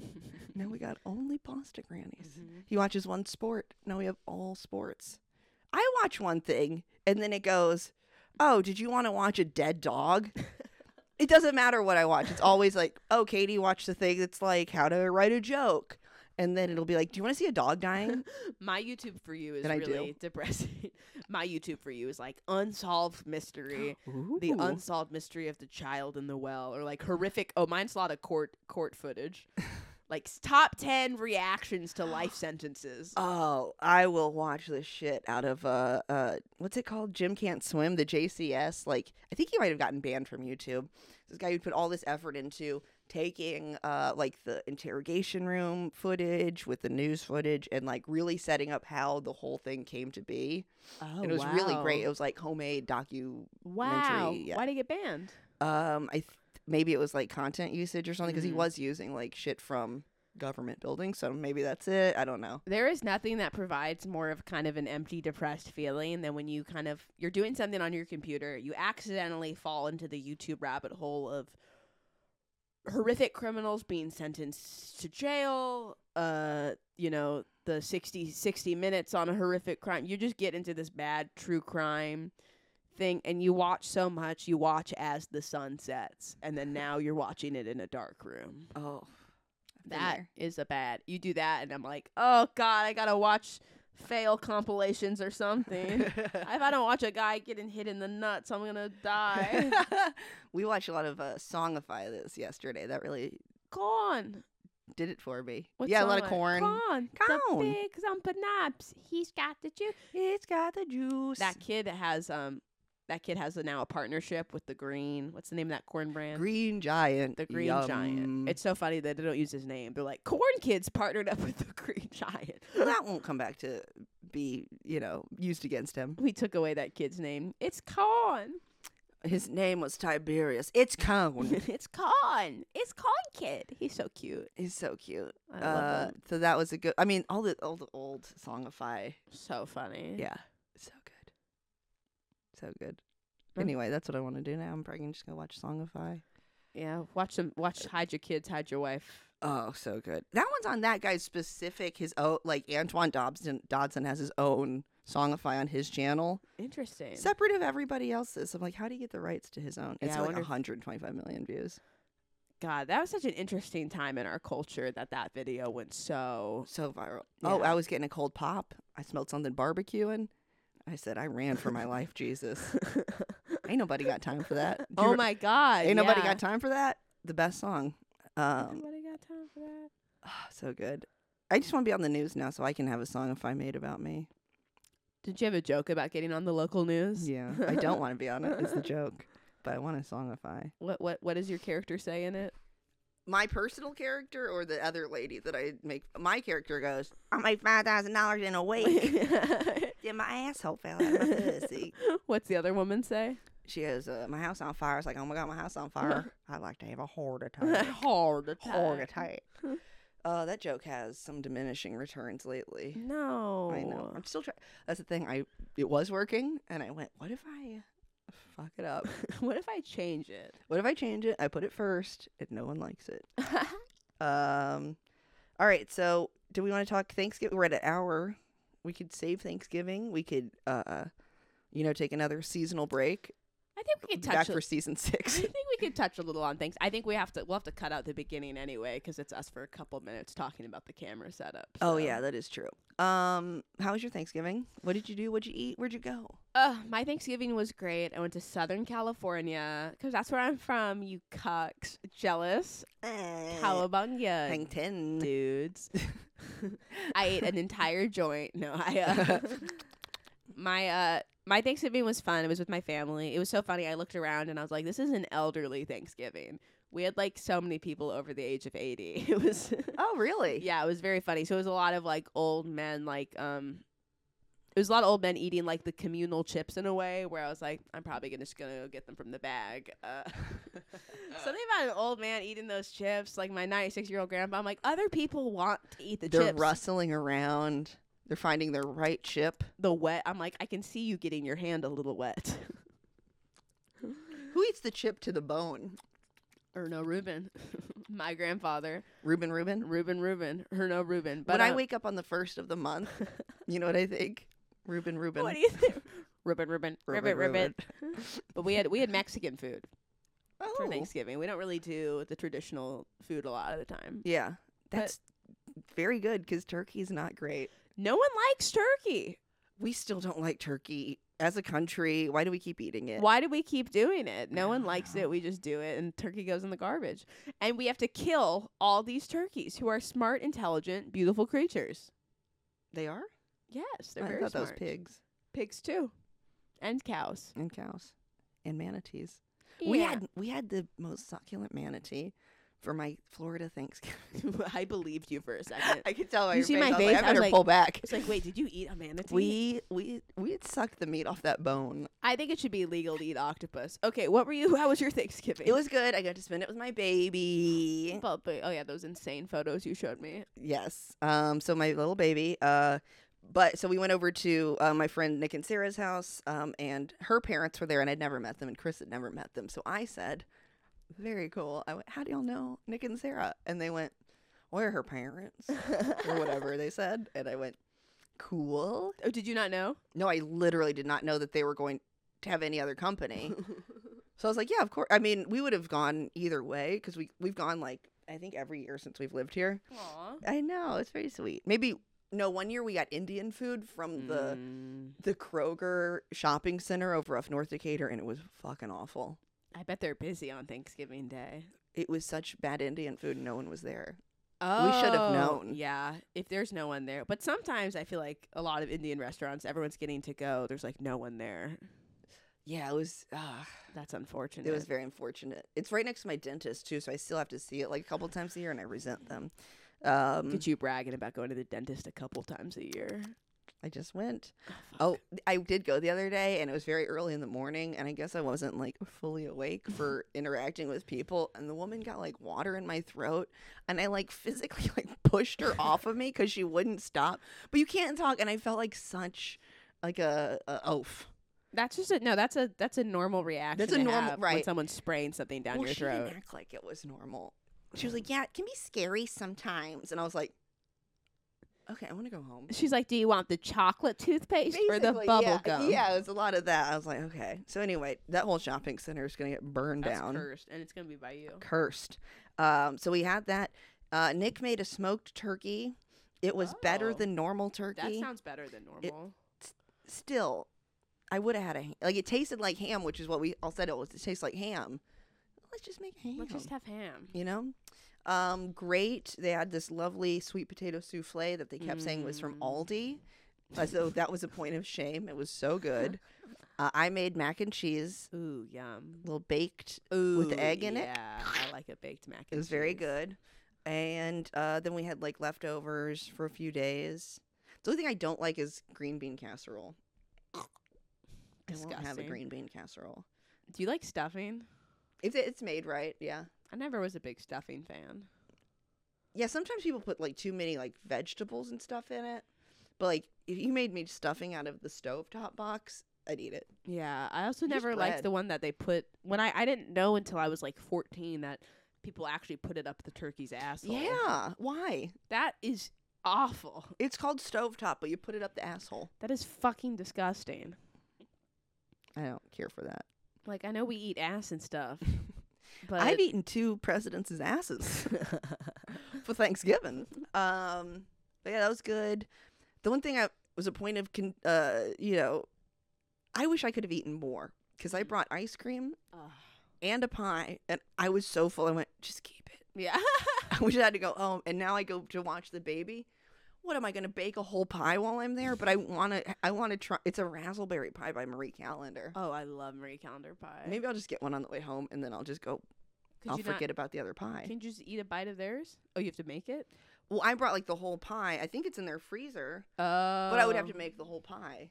Speaker 2: Now we got only pasta grannies. He watches one sport. Now we have all sports. I watch one thing and then it goes, Oh, did you want to watch a dead dog? it doesn't matter what I watch. It's always like, Oh, Katie, watch the thing that's like how to write a joke. And then it'll be like, Do you want to see a dog dying?
Speaker 3: My YouTube for you is
Speaker 2: Then I do.
Speaker 3: really depressing. My YouTube for you is like unsolved mystery, the
Speaker 2: Ooh.
Speaker 3: unsolved mystery of the child in the well, or like horrific. Oh, mine's a lot of court court footage, like s- top ten reactions to life sentences.
Speaker 2: Oh, I will watch the shit out of uh uh what's it called? Jim can't swim, the JCS. Like I think he might have gotten banned from YouTube. This guy who put all this effort into taking uh like the interrogation room footage with the news footage and like really setting up how the whole thing came to be.
Speaker 3: Oh,
Speaker 2: and it was really great. It was like homemade docu
Speaker 3: Wow,
Speaker 2: yeah.
Speaker 3: why'd he get banned?
Speaker 2: um I th- maybe it was like content usage or something because he
Speaker 3: Mhm.
Speaker 2: was using like shit from government buildings, so maybe that's it. I don't know.
Speaker 3: There is nothing that provides more of kind of an empty, depressed feeling than when you kind of you're doing something on your computer, you accidentally fall into the YouTube rabbit hole of horrific criminals being sentenced to jail, uh, you know, the 60 60 minutes on a horrific crime. You just get into this bad true crime thing and you watch so much, you watch as the sun sets and then now you're watching it in a dark room.
Speaker 2: Oh. I've been
Speaker 3: That
Speaker 2: there.
Speaker 3: is a bad. You do that, and I'm like, oh god, I gotta watch fail compilations or something. if I don't watch a guy getting hit in the nuts, I'm gonna die.
Speaker 2: we watched a lot of uh, Songify this yesterday. That really
Speaker 3: Corn.
Speaker 2: did it for me.
Speaker 3: What
Speaker 2: yeah, a
Speaker 3: song
Speaker 2: lot of
Speaker 3: like-
Speaker 2: corn.
Speaker 3: Corn. The
Speaker 2: Corn.
Speaker 3: big zompanops. He's got the juice.
Speaker 2: It's got the juice.
Speaker 3: That kid has um, that kid has a, now a partnership with the Green. What's the name of that corn brand?
Speaker 2: green giant.
Speaker 3: The Green
Speaker 2: Yum.
Speaker 3: Giant. It's so funny that they don't use his name. They're like, Corn Kids partnered up with the Green Giant.
Speaker 2: Well, that won't come back to be you know used against him.
Speaker 3: we took away that kid's name. It's Corn.
Speaker 2: His name was Tiberius. It's cone.
Speaker 3: it's Con. It's Con Kid. He's so cute.
Speaker 2: He's so cute.
Speaker 3: I love
Speaker 2: Uh,
Speaker 3: him.
Speaker 2: so that was a good. I mean, all the all the old Songify.
Speaker 3: So funny.
Speaker 2: Yeah, so good. So good.
Speaker 3: Mm.
Speaker 2: Anyway, that's what I want to do now. I'm probably just gonna watch Songify.
Speaker 3: Yeah. Watch them. Watch Hide Your Kids, Hide Your Wife.
Speaker 2: Oh, so good. That one's on that guy's specific. His own, like Antoine Dobson, Dodson has his own songify on his channel,
Speaker 3: Interesting.
Speaker 2: separate of everybody else's. I'm like, how do you get the rights to his own?
Speaker 3: Yeah,
Speaker 2: It's
Speaker 3: I
Speaker 2: got, like
Speaker 3: wonder if-
Speaker 2: 125 million views.
Speaker 3: God, that was such an interesting time in our culture that that video went so.
Speaker 2: So viral. Oh,
Speaker 3: Yeah.
Speaker 2: I was getting a cold pop. I smelled something barbecuing. I said, I ran for my life, Jesus. Ain't nobody got time for that. Do you
Speaker 3: oh
Speaker 2: re-
Speaker 3: my God.
Speaker 2: Ain't nobody
Speaker 3: yeah.
Speaker 2: got time for that. The best song.
Speaker 3: Ain't
Speaker 2: Um,
Speaker 3: nobody got time for that.
Speaker 2: Oh, so good. I just want to be on the news now so I can have a song if I made about me.
Speaker 3: Did you have a joke about getting on the local news?
Speaker 2: Yeah, I don't want to be on it. It's the joke, but I want to songify.
Speaker 3: What What What does your character say in it?
Speaker 2: My personal character or the other lady that I make? My character goes, I make five thousand dollars in a week. Then my asshole fell out of my pussy.
Speaker 3: What's the other woman say?
Speaker 2: She goes, uh, my house on fire. It's like, oh my god, my house on fire. I'd like to have a heart attack.
Speaker 3: Hard attack.
Speaker 2: heart attack. Uh, that joke has some diminishing returns lately.
Speaker 3: No.
Speaker 2: I know. I'm still trying. That's the thing. I it was working, and I went, what if I fuck it up?
Speaker 3: what if I change it?
Speaker 2: What if I change it? I put it first, and no one likes it. Um, all right. So, do we want to talk Thanksgiving? We're at an hour. We could save Thanksgiving. We could, uh, you know, take another seasonal break.
Speaker 3: I think we could
Speaker 2: Back
Speaker 3: touch. A,
Speaker 2: for season
Speaker 3: I
Speaker 2: six.
Speaker 3: think we could touch a little on things. I think we have to. We'll have to cut out the beginning anyway because it's us for a couple minutes talking about the camera setup.
Speaker 2: oh
Speaker 3: so.
Speaker 2: yeah, that is true. Um, how was your Thanksgiving? What did you do? What'd you eat? Where'd you go?
Speaker 3: Uh, my Thanksgiving was great. I went to Southern California because that's where I'm from. You cucks, jealous,
Speaker 2: Eh,
Speaker 3: Cowabunga,
Speaker 2: Hang ten.
Speaker 3: dudes. I ate an entire joint. No, I uh, my uh my Thanksgiving was fun. It was with my family. It was so funny. I looked around and I was like, this is an elderly Thanksgiving. We had like so many people over the age of 80. It was
Speaker 2: Oh really?
Speaker 3: Yeah, it was very funny. So it was a lot of like old men like um it was a lot of old men eating like the communal chips in a way where I was like, I'm probably gonna just gonna go get them from the bag. Uh, something about an old man eating those chips, like my 96 year old grandpa. I'm like, other people want to eat the
Speaker 2: They're
Speaker 3: chips.
Speaker 2: rustling around. They're finding their right chip.
Speaker 3: the wet. I'm like, I can see you getting your hand a little wet.
Speaker 2: Who eats the chip to the bone?
Speaker 3: Erno Rubin, my grandfather.
Speaker 2: Reuben Reuben.
Speaker 3: Reuben Reuben, Erno Reuben. But
Speaker 2: But when I
Speaker 3: um,
Speaker 2: wake up on the first of the month, you know what I think? Reuben Reuben.
Speaker 3: What do you think? Ribbon, ribbon, ribbon,
Speaker 2: Reuben,
Speaker 3: ribbon.
Speaker 2: Reuben.
Speaker 3: But we had we had Mexican food for
Speaker 2: Oh.
Speaker 3: Thanksgiving. We don't really do the traditional food a lot of the time.
Speaker 2: Yeah, that's very good because turkey is not great.
Speaker 3: No one likes turkey.
Speaker 2: We still don't like turkey as a country. Why do we keep eating it?
Speaker 3: Why do we keep doing it? No one
Speaker 2: don't
Speaker 3: likes
Speaker 2: know.
Speaker 3: it. We just do it, and turkey goes in the garbage. And we have to kill all these turkeys who are smart, intelligent, beautiful creatures.
Speaker 2: They are.
Speaker 3: Yes, they're
Speaker 2: I
Speaker 3: very
Speaker 2: thought
Speaker 3: smart.
Speaker 2: that was pigs
Speaker 3: Pigs too, and cows.
Speaker 2: and cows and manatees. We had we had the most succulent manatee for my Florida Thanksgiving.
Speaker 3: I believed you for a second.
Speaker 2: I could tell by
Speaker 3: You
Speaker 2: your
Speaker 3: see
Speaker 2: face.
Speaker 3: my
Speaker 2: I was
Speaker 3: face?
Speaker 2: Like,
Speaker 3: I
Speaker 2: I
Speaker 3: was
Speaker 2: better
Speaker 3: like-
Speaker 2: pull back.
Speaker 3: It's like, wait, did you eat a manatee?
Speaker 2: We we we had sucked the meat off that bone.
Speaker 3: I think it should be illegal to eat octopus. Okay, what were you? How was your Thanksgiving?
Speaker 2: It was good. I got to spend it with my baby.
Speaker 3: But, but- oh yeah, those insane photos you showed me.
Speaker 2: Yes. Um. So my little baby. Uh. But so we went over to uh, my friend Nick and Sarah's house. Um. And her parents were there, and I'd never met them, and Chris had never met them. So I said, "Very cool." I went, "How do y'all know Nick and Sarah?" And they went, "We're her parents," or whatever they said. And I went, "Cool."
Speaker 3: Oh, did you not know?
Speaker 2: No, I literally did not know that they were going to have any other company. So I was like, yeah, of course. I mean, we would have gone either way because we we've gone like I think every year since we've lived here.
Speaker 3: Aww.
Speaker 2: I know it's very sweet. Maybe no one year we got Indian food from the the Kroger shopping center over off North Decatur, and it was fucking awful.
Speaker 3: I bet they're busy on Thanksgiving Day.
Speaker 2: It was such bad Indian food. and No one was there. We should have
Speaker 3: Oh,
Speaker 2: known.
Speaker 3: Yeah, if there's no one there. But sometimes I feel like a lot of Indian restaurants, everyone's getting to go. There's like no one there.
Speaker 2: Yeah, it was. Uh,
Speaker 3: That's unfortunate.
Speaker 2: it was very unfortunate. It's right next to my dentist too, so I still have to see it like a couple times a year, and I resent them. Um,
Speaker 3: Did you bragging about going to the dentist a couple times a year?
Speaker 2: I just went.
Speaker 3: fuck.
Speaker 2: Oh, I did go the other day, and it was very early in the morning, and I guess I wasn't like fully awake for interacting with people. And the woman got like water in my throat, and I like physically like pushed her off of me because she wouldn't stop. But you can't talk, and I felt like such like a, a oaf.
Speaker 3: That's just a no. That's a that's a normal reaction.
Speaker 2: a
Speaker 3: to
Speaker 2: normal-
Speaker 3: have when
Speaker 2: right.
Speaker 3: someone's spraying something down
Speaker 2: well,
Speaker 3: your
Speaker 2: she
Speaker 3: throat.
Speaker 2: didn't act like it was normal. She was like, "Yeah, it can be scary sometimes," and I was like, "Okay, I want to go home."
Speaker 3: She's like, "Do you want the chocolate toothpaste or the
Speaker 2: Basically,
Speaker 3: bubble
Speaker 2: yeah,
Speaker 3: gum?"
Speaker 2: Yeah, it was a lot of that. I was like, okay. So anyway, that whole shopping center is going to get burned down,
Speaker 3: cursed, and it's gonna be by you.
Speaker 2: cursed. Um, so we had that. Uh, Nick made a smoked turkey. It was better
Speaker 3: Oh.
Speaker 2: than normal turkey.
Speaker 3: better than
Speaker 2: Still, I would have had a ha- like. It tasted like ham, which is what we all said it was. It tastes like ham. Let's just make ham.
Speaker 3: have ham.
Speaker 2: you know. Um, great. They had this lovely sweet potato souffle that they kept saying was from
Speaker 3: Mm.
Speaker 2: Aldi. Uh, so that was a point of shame. It was so good. Uh, I made mac and cheese,
Speaker 3: Ooh, yum.
Speaker 2: little baked.
Speaker 3: Ooh,
Speaker 2: the egg in it?
Speaker 3: Yeah, I like a baked mac.
Speaker 2: It
Speaker 3: and
Speaker 2: was very
Speaker 3: cheese.
Speaker 2: good. And uh, then we had like leftovers for a few days. The only thing I don't like is green bean casserole. I won't have a
Speaker 3: Disgusting.
Speaker 2: green bean casserole.
Speaker 3: Do you like stuffing?
Speaker 2: If it- it's made right, yeah.
Speaker 3: I never was a big stuffing fan.
Speaker 2: Yeah, sometimes people put like too many like vegetables and stuff in it. But like if you made me stuffing out of the stovetop box, I'd eat it.
Speaker 3: Yeah, I also
Speaker 2: Just
Speaker 3: never liked
Speaker 2: bread.
Speaker 3: the one that they put when I I didn't know until I was like 14 that people actually put it up the turkey's asshole.
Speaker 2: Yeah. Why?
Speaker 3: that is awful.
Speaker 2: It's called stovetop, but you put it up the asshole.
Speaker 3: That is fucking disgusting.
Speaker 2: I don't care for that.
Speaker 3: Like I know we eat ass and stuff, but
Speaker 2: I've eaten two presidents' asses for Thanksgiving. Um, but yeah, that was good. The one thing I was a point of, con- uh, you know, I wish I could have eaten more because I brought ice cream
Speaker 3: Ugh.
Speaker 2: and a pie, and I was so full. I went, just keep it.
Speaker 3: yeah.
Speaker 2: I wish I had to go home. And now I go to watch the baby. What am I going to bake a whole pie while I'm there? But I want to. I want to try. It's a raspberry pie by Marie Callender.
Speaker 3: oh, I love Marie Calendar pie.
Speaker 2: Maybe I'll just get one on the way home, and then I'll just go.
Speaker 3: Could
Speaker 2: I'll
Speaker 3: you not-
Speaker 2: forget about the other pie.
Speaker 3: Can you just eat a bite of theirs? Oh, you have to make it.
Speaker 2: Well, I brought like the whole pie. I think it's in their freezer,
Speaker 3: Oh.
Speaker 2: but I would have to make the whole pie.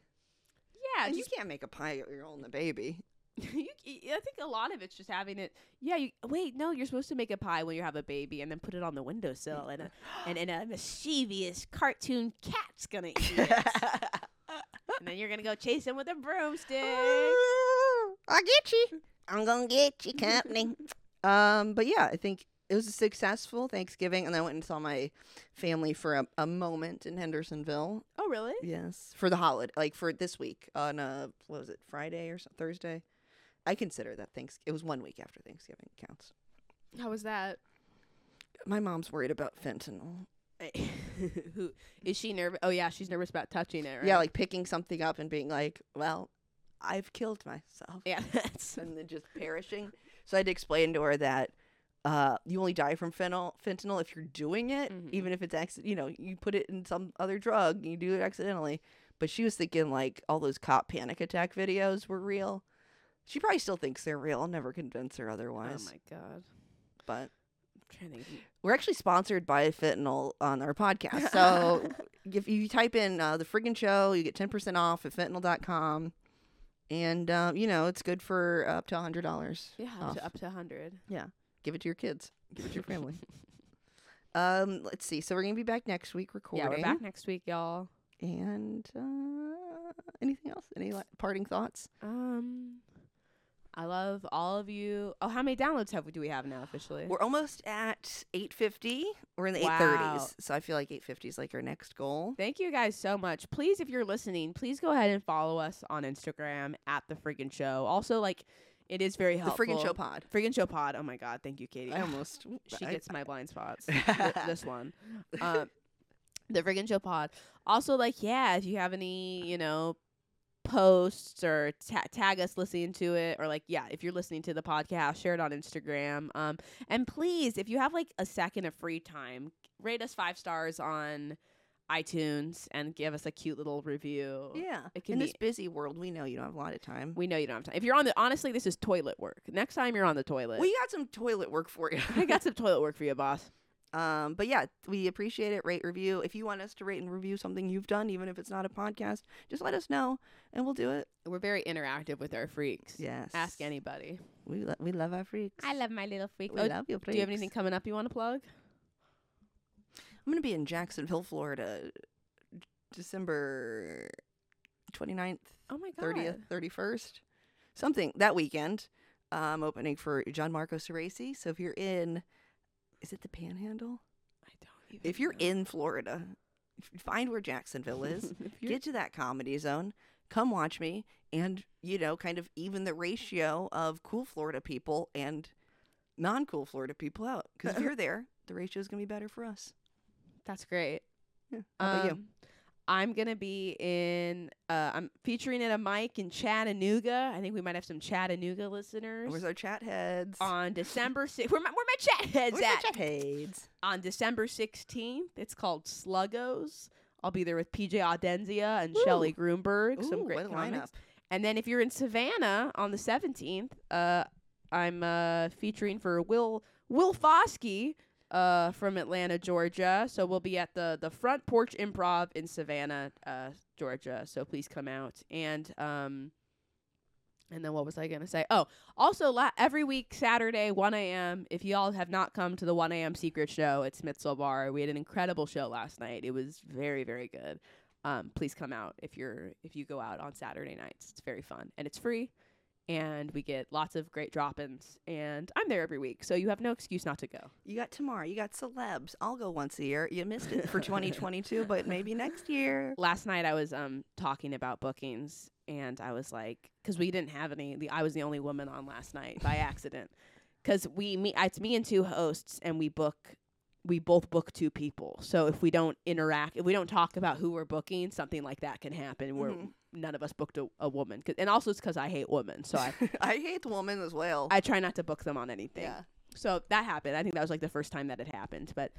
Speaker 3: Yeah,
Speaker 2: And
Speaker 3: just
Speaker 2: you can't make a pie if you're holding a baby.
Speaker 3: you, c- I think a lot of it's just having it. Yeah. You, wait, no, you're supposed to make a pie when you have a baby and then put it on the windowsill, and a, and, and a mischievous cartoon cat's gonna eat it, and then you're gonna go chase him with a
Speaker 2: Oh,
Speaker 3: broomstick.
Speaker 2: I'll get you. I'm gonna get you company. um, but yeah, I think it was a successful Thanksgiving, and I went and saw my family for a, a moment in Hendersonville.
Speaker 3: Oh, really?
Speaker 2: Yes, for the holiday, like for this week on uh, what was it, Friday or so, Thursday? I consider that thanks. It was one week after Thanksgiving counts.
Speaker 3: How was that?
Speaker 2: My mom's worried about fentanyl.
Speaker 3: Who is she nervous? Oh yeah, she's nervous about touching it. Right?
Speaker 2: Yeah, like picking something up and being like, "Well, I've killed myself."
Speaker 3: yeah. That's
Speaker 2: and then just perishing. So I had to explain to her that uh, you only die from fentanyl, fentanyl if you're doing it,
Speaker 3: Mhm.
Speaker 2: even if it's accident. You know, you put it in some other drug, and you do it accidentally. But she was thinking like all those cop panic attack videos were real. She probably still thinks they're real. I'll never convince her
Speaker 3: oh
Speaker 2: otherwise.
Speaker 3: my god.
Speaker 2: But
Speaker 3: I'm trying to. think.
Speaker 2: we're actually sponsored by fentanyl on our podcast. So if you type in uh, the friggin' show, you get 10% off at fentanyl.com. And, um, you know, it's good for up to $100.
Speaker 3: Yeah, up
Speaker 2: Off.
Speaker 3: to, up to hundred.
Speaker 2: give it to your kids give it to your family um let's see so we're gonna be back next week recording
Speaker 3: Yeah, we're back next week, y'all.
Speaker 2: and uh anything else any la- parting thoughts
Speaker 3: Um, I love all of you. Oh, how many downloads have do we have now officially?
Speaker 2: we're almost at 850 we're in the
Speaker 3: Wow.
Speaker 2: 830s so i feel like 850 is like our next goal
Speaker 3: Thank you guys so much. Please, if you're listening, please go ahead and follow us on Instagram at the friggin' show. Also, like, it is very
Speaker 2: the
Speaker 3: helpful.
Speaker 2: friggin' show pod
Speaker 3: Friggin' show pod. Oh my god, thank you, Katie.
Speaker 2: i almost
Speaker 3: she
Speaker 2: I-
Speaker 3: gets my blind spots. Th- this one. Um, the friggin' show pod. Also, like, yeah, if you have any, you know, posts or ta- tag us listening to it, or like, yeah, if you're listening to the podcast, share it on Instagram. Um, and please, if you have like a second of free time, rate us five stars on iTunes and give us a cute little review.
Speaker 2: yeah
Speaker 3: It can
Speaker 2: in
Speaker 3: be-
Speaker 2: this busy world we know you don't have a lot of time we,
Speaker 3: We know you don't have time. If you're on the honestly, this is toilet work. Next time you're on the toilet,
Speaker 2: got some toilet work for you
Speaker 3: I got some toilet work for you, boss.
Speaker 2: Um, but yeah, we appreciate it. Rate, review. If you want us to rate and review something you've done, even if it's not a podcast, just let us know and we'll do it.
Speaker 3: We're very interactive with our freaks.
Speaker 2: Yes.
Speaker 3: Ask anybody.
Speaker 2: We lo- we love our freaks.
Speaker 3: my little freak.
Speaker 2: We love Oh, you. Freaks.
Speaker 3: Oh, do you have anything coming up you want to plug?
Speaker 2: I'm gonna be in Jacksonville, Florida, December 29th,
Speaker 3: Oh my
Speaker 2: 30th, 31st, something that weekend. Uh, I'm opening for John Marco Ceresi. So if you're in, is it the Panhandle?
Speaker 3: I don't even.
Speaker 2: If you're
Speaker 3: know.
Speaker 2: in Florida, f- find where Jacksonville is.
Speaker 3: If you're-
Speaker 2: get to that comedy zone come watch me and you know kind of even the ratio of cool florida people and non-cool florida people out because if you're there the ratio is going to be better for us
Speaker 3: that's great.
Speaker 2: yeah. how about you
Speaker 3: Um, I'm gonna be in. Uh, I'm featuring at a mic in Chattanooga. I think we might have some Chattanooga listeners
Speaker 2: where's our chat heads
Speaker 3: on December 6th. Where my, where my chat heads
Speaker 2: where's
Speaker 3: at?
Speaker 2: our chat heads
Speaker 3: on December 16th. It's called Sluggos. I'll be there with PJ Audenzia and Shelly Grunberg. some
Speaker 2: Ooh,
Speaker 3: great
Speaker 2: what a
Speaker 3: comics.
Speaker 2: lineup
Speaker 3: And then if you're in Savannah on the 17th, uh, I'm uh, featuring for Will Will Foskey uh, from Atlanta, Georgia. So we'll be at the the Front Porch Improv in Savannah, uh, Georgia. So please come out. And um, and then what was I gonna say? Oh, also la- every week Saturday 1 a.m. If y'all have not come to the 1 a.m. secret show at Smithsville Bar, we had an incredible show last night. It was very very good um, please come out if you're if you go out on Saturday nights. It's very fun and it's free, and we get lots of great drop-ins. And I'm there every week, so you have no excuse not to go.
Speaker 2: you got tamar you got celebs i'll go once a year you missed it for 2022 but maybe next year
Speaker 3: Last night I was um talking about bookings, and I was like, because we didn't have any. The, I was the only woman on last night by accident, because we me it's me and two hosts, and we book. We both book two people, so if we don't interact, if we don't talk about who we're booking, something like that can happen where
Speaker 2: Mhm.
Speaker 3: none of us booked a, a woman. 'Cause- and also, it's because I hate women, so I
Speaker 2: i hate the woman as well
Speaker 3: I try not to book them on anything.
Speaker 2: yeah
Speaker 3: So that happened. I think that was like the first time that it happened. But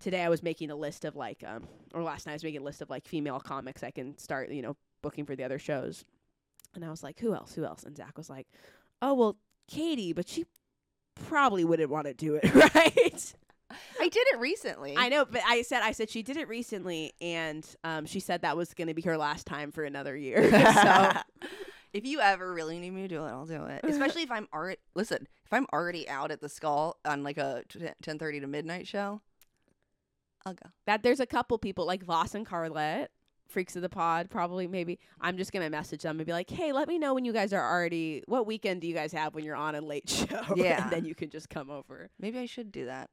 Speaker 3: today I was making a list of like, um, or last night I was making a list of like female comics I can start, you know, booking for the other shows. And I was like, who else? Who else? And Zach was like, oh, well, Katie, but she probably wouldn't want to do it, right?
Speaker 2: I I did it recently.
Speaker 3: I know, but I said I said she did it recently, and um, she said that was going to be her last time for another year. so
Speaker 2: so if you ever really need me to do it, I'll do it. Especially if I'm already listen. If I'm already out at the skull on like a ten thirty to midnight show, I'll go.
Speaker 3: that there's a couple people like Voss and Carlette, freaks of the pod, probably maybe. I'm just gonna message them and be like, hey, let me know when you guys are already. What weekend do you guys have when you're on a late show?
Speaker 2: Yeah.
Speaker 3: and then you can just come over.
Speaker 2: Maybe I should do that.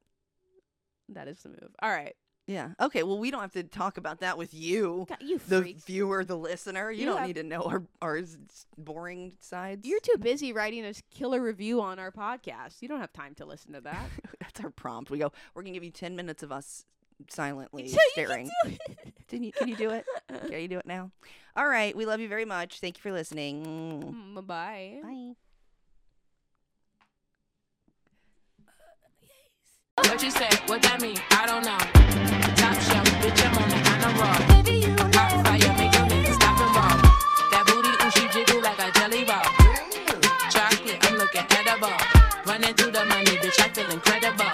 Speaker 3: That is the move. All right,
Speaker 2: Yeah. Okay. Well, we don't have to talk about that with you,
Speaker 3: God, you
Speaker 2: the
Speaker 3: freak.
Speaker 2: viewer, the listener. You,
Speaker 3: You
Speaker 2: don't
Speaker 3: have-
Speaker 2: need to know our our s- boring sides.
Speaker 3: You're too busy writing a s- killer review on our podcast. You don't have time to listen to that.
Speaker 2: That's our prompt. We go. We're gonna give you ten minutes of us silently
Speaker 3: So you can
Speaker 2: staring.
Speaker 3: do it.
Speaker 2: Didn't you? Can you do it? Can you do it now? All right. We love you very much. Thank you for listening.
Speaker 3: Mm, Bye-bye.
Speaker 2: Bye.
Speaker 1: What you say? What that mean? I don't know. Top shelf, bitch, I'm on the kind of roll. Hot fire, make your niggas stop and roll. That booty, ooh, she jiggle like a jelly roll. Chocolate, I'm looking edible. Running through the money, bitch, I feel incredible.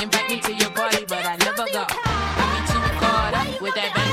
Speaker 1: Invite me to your party, but I never go. I be too caught up with that bang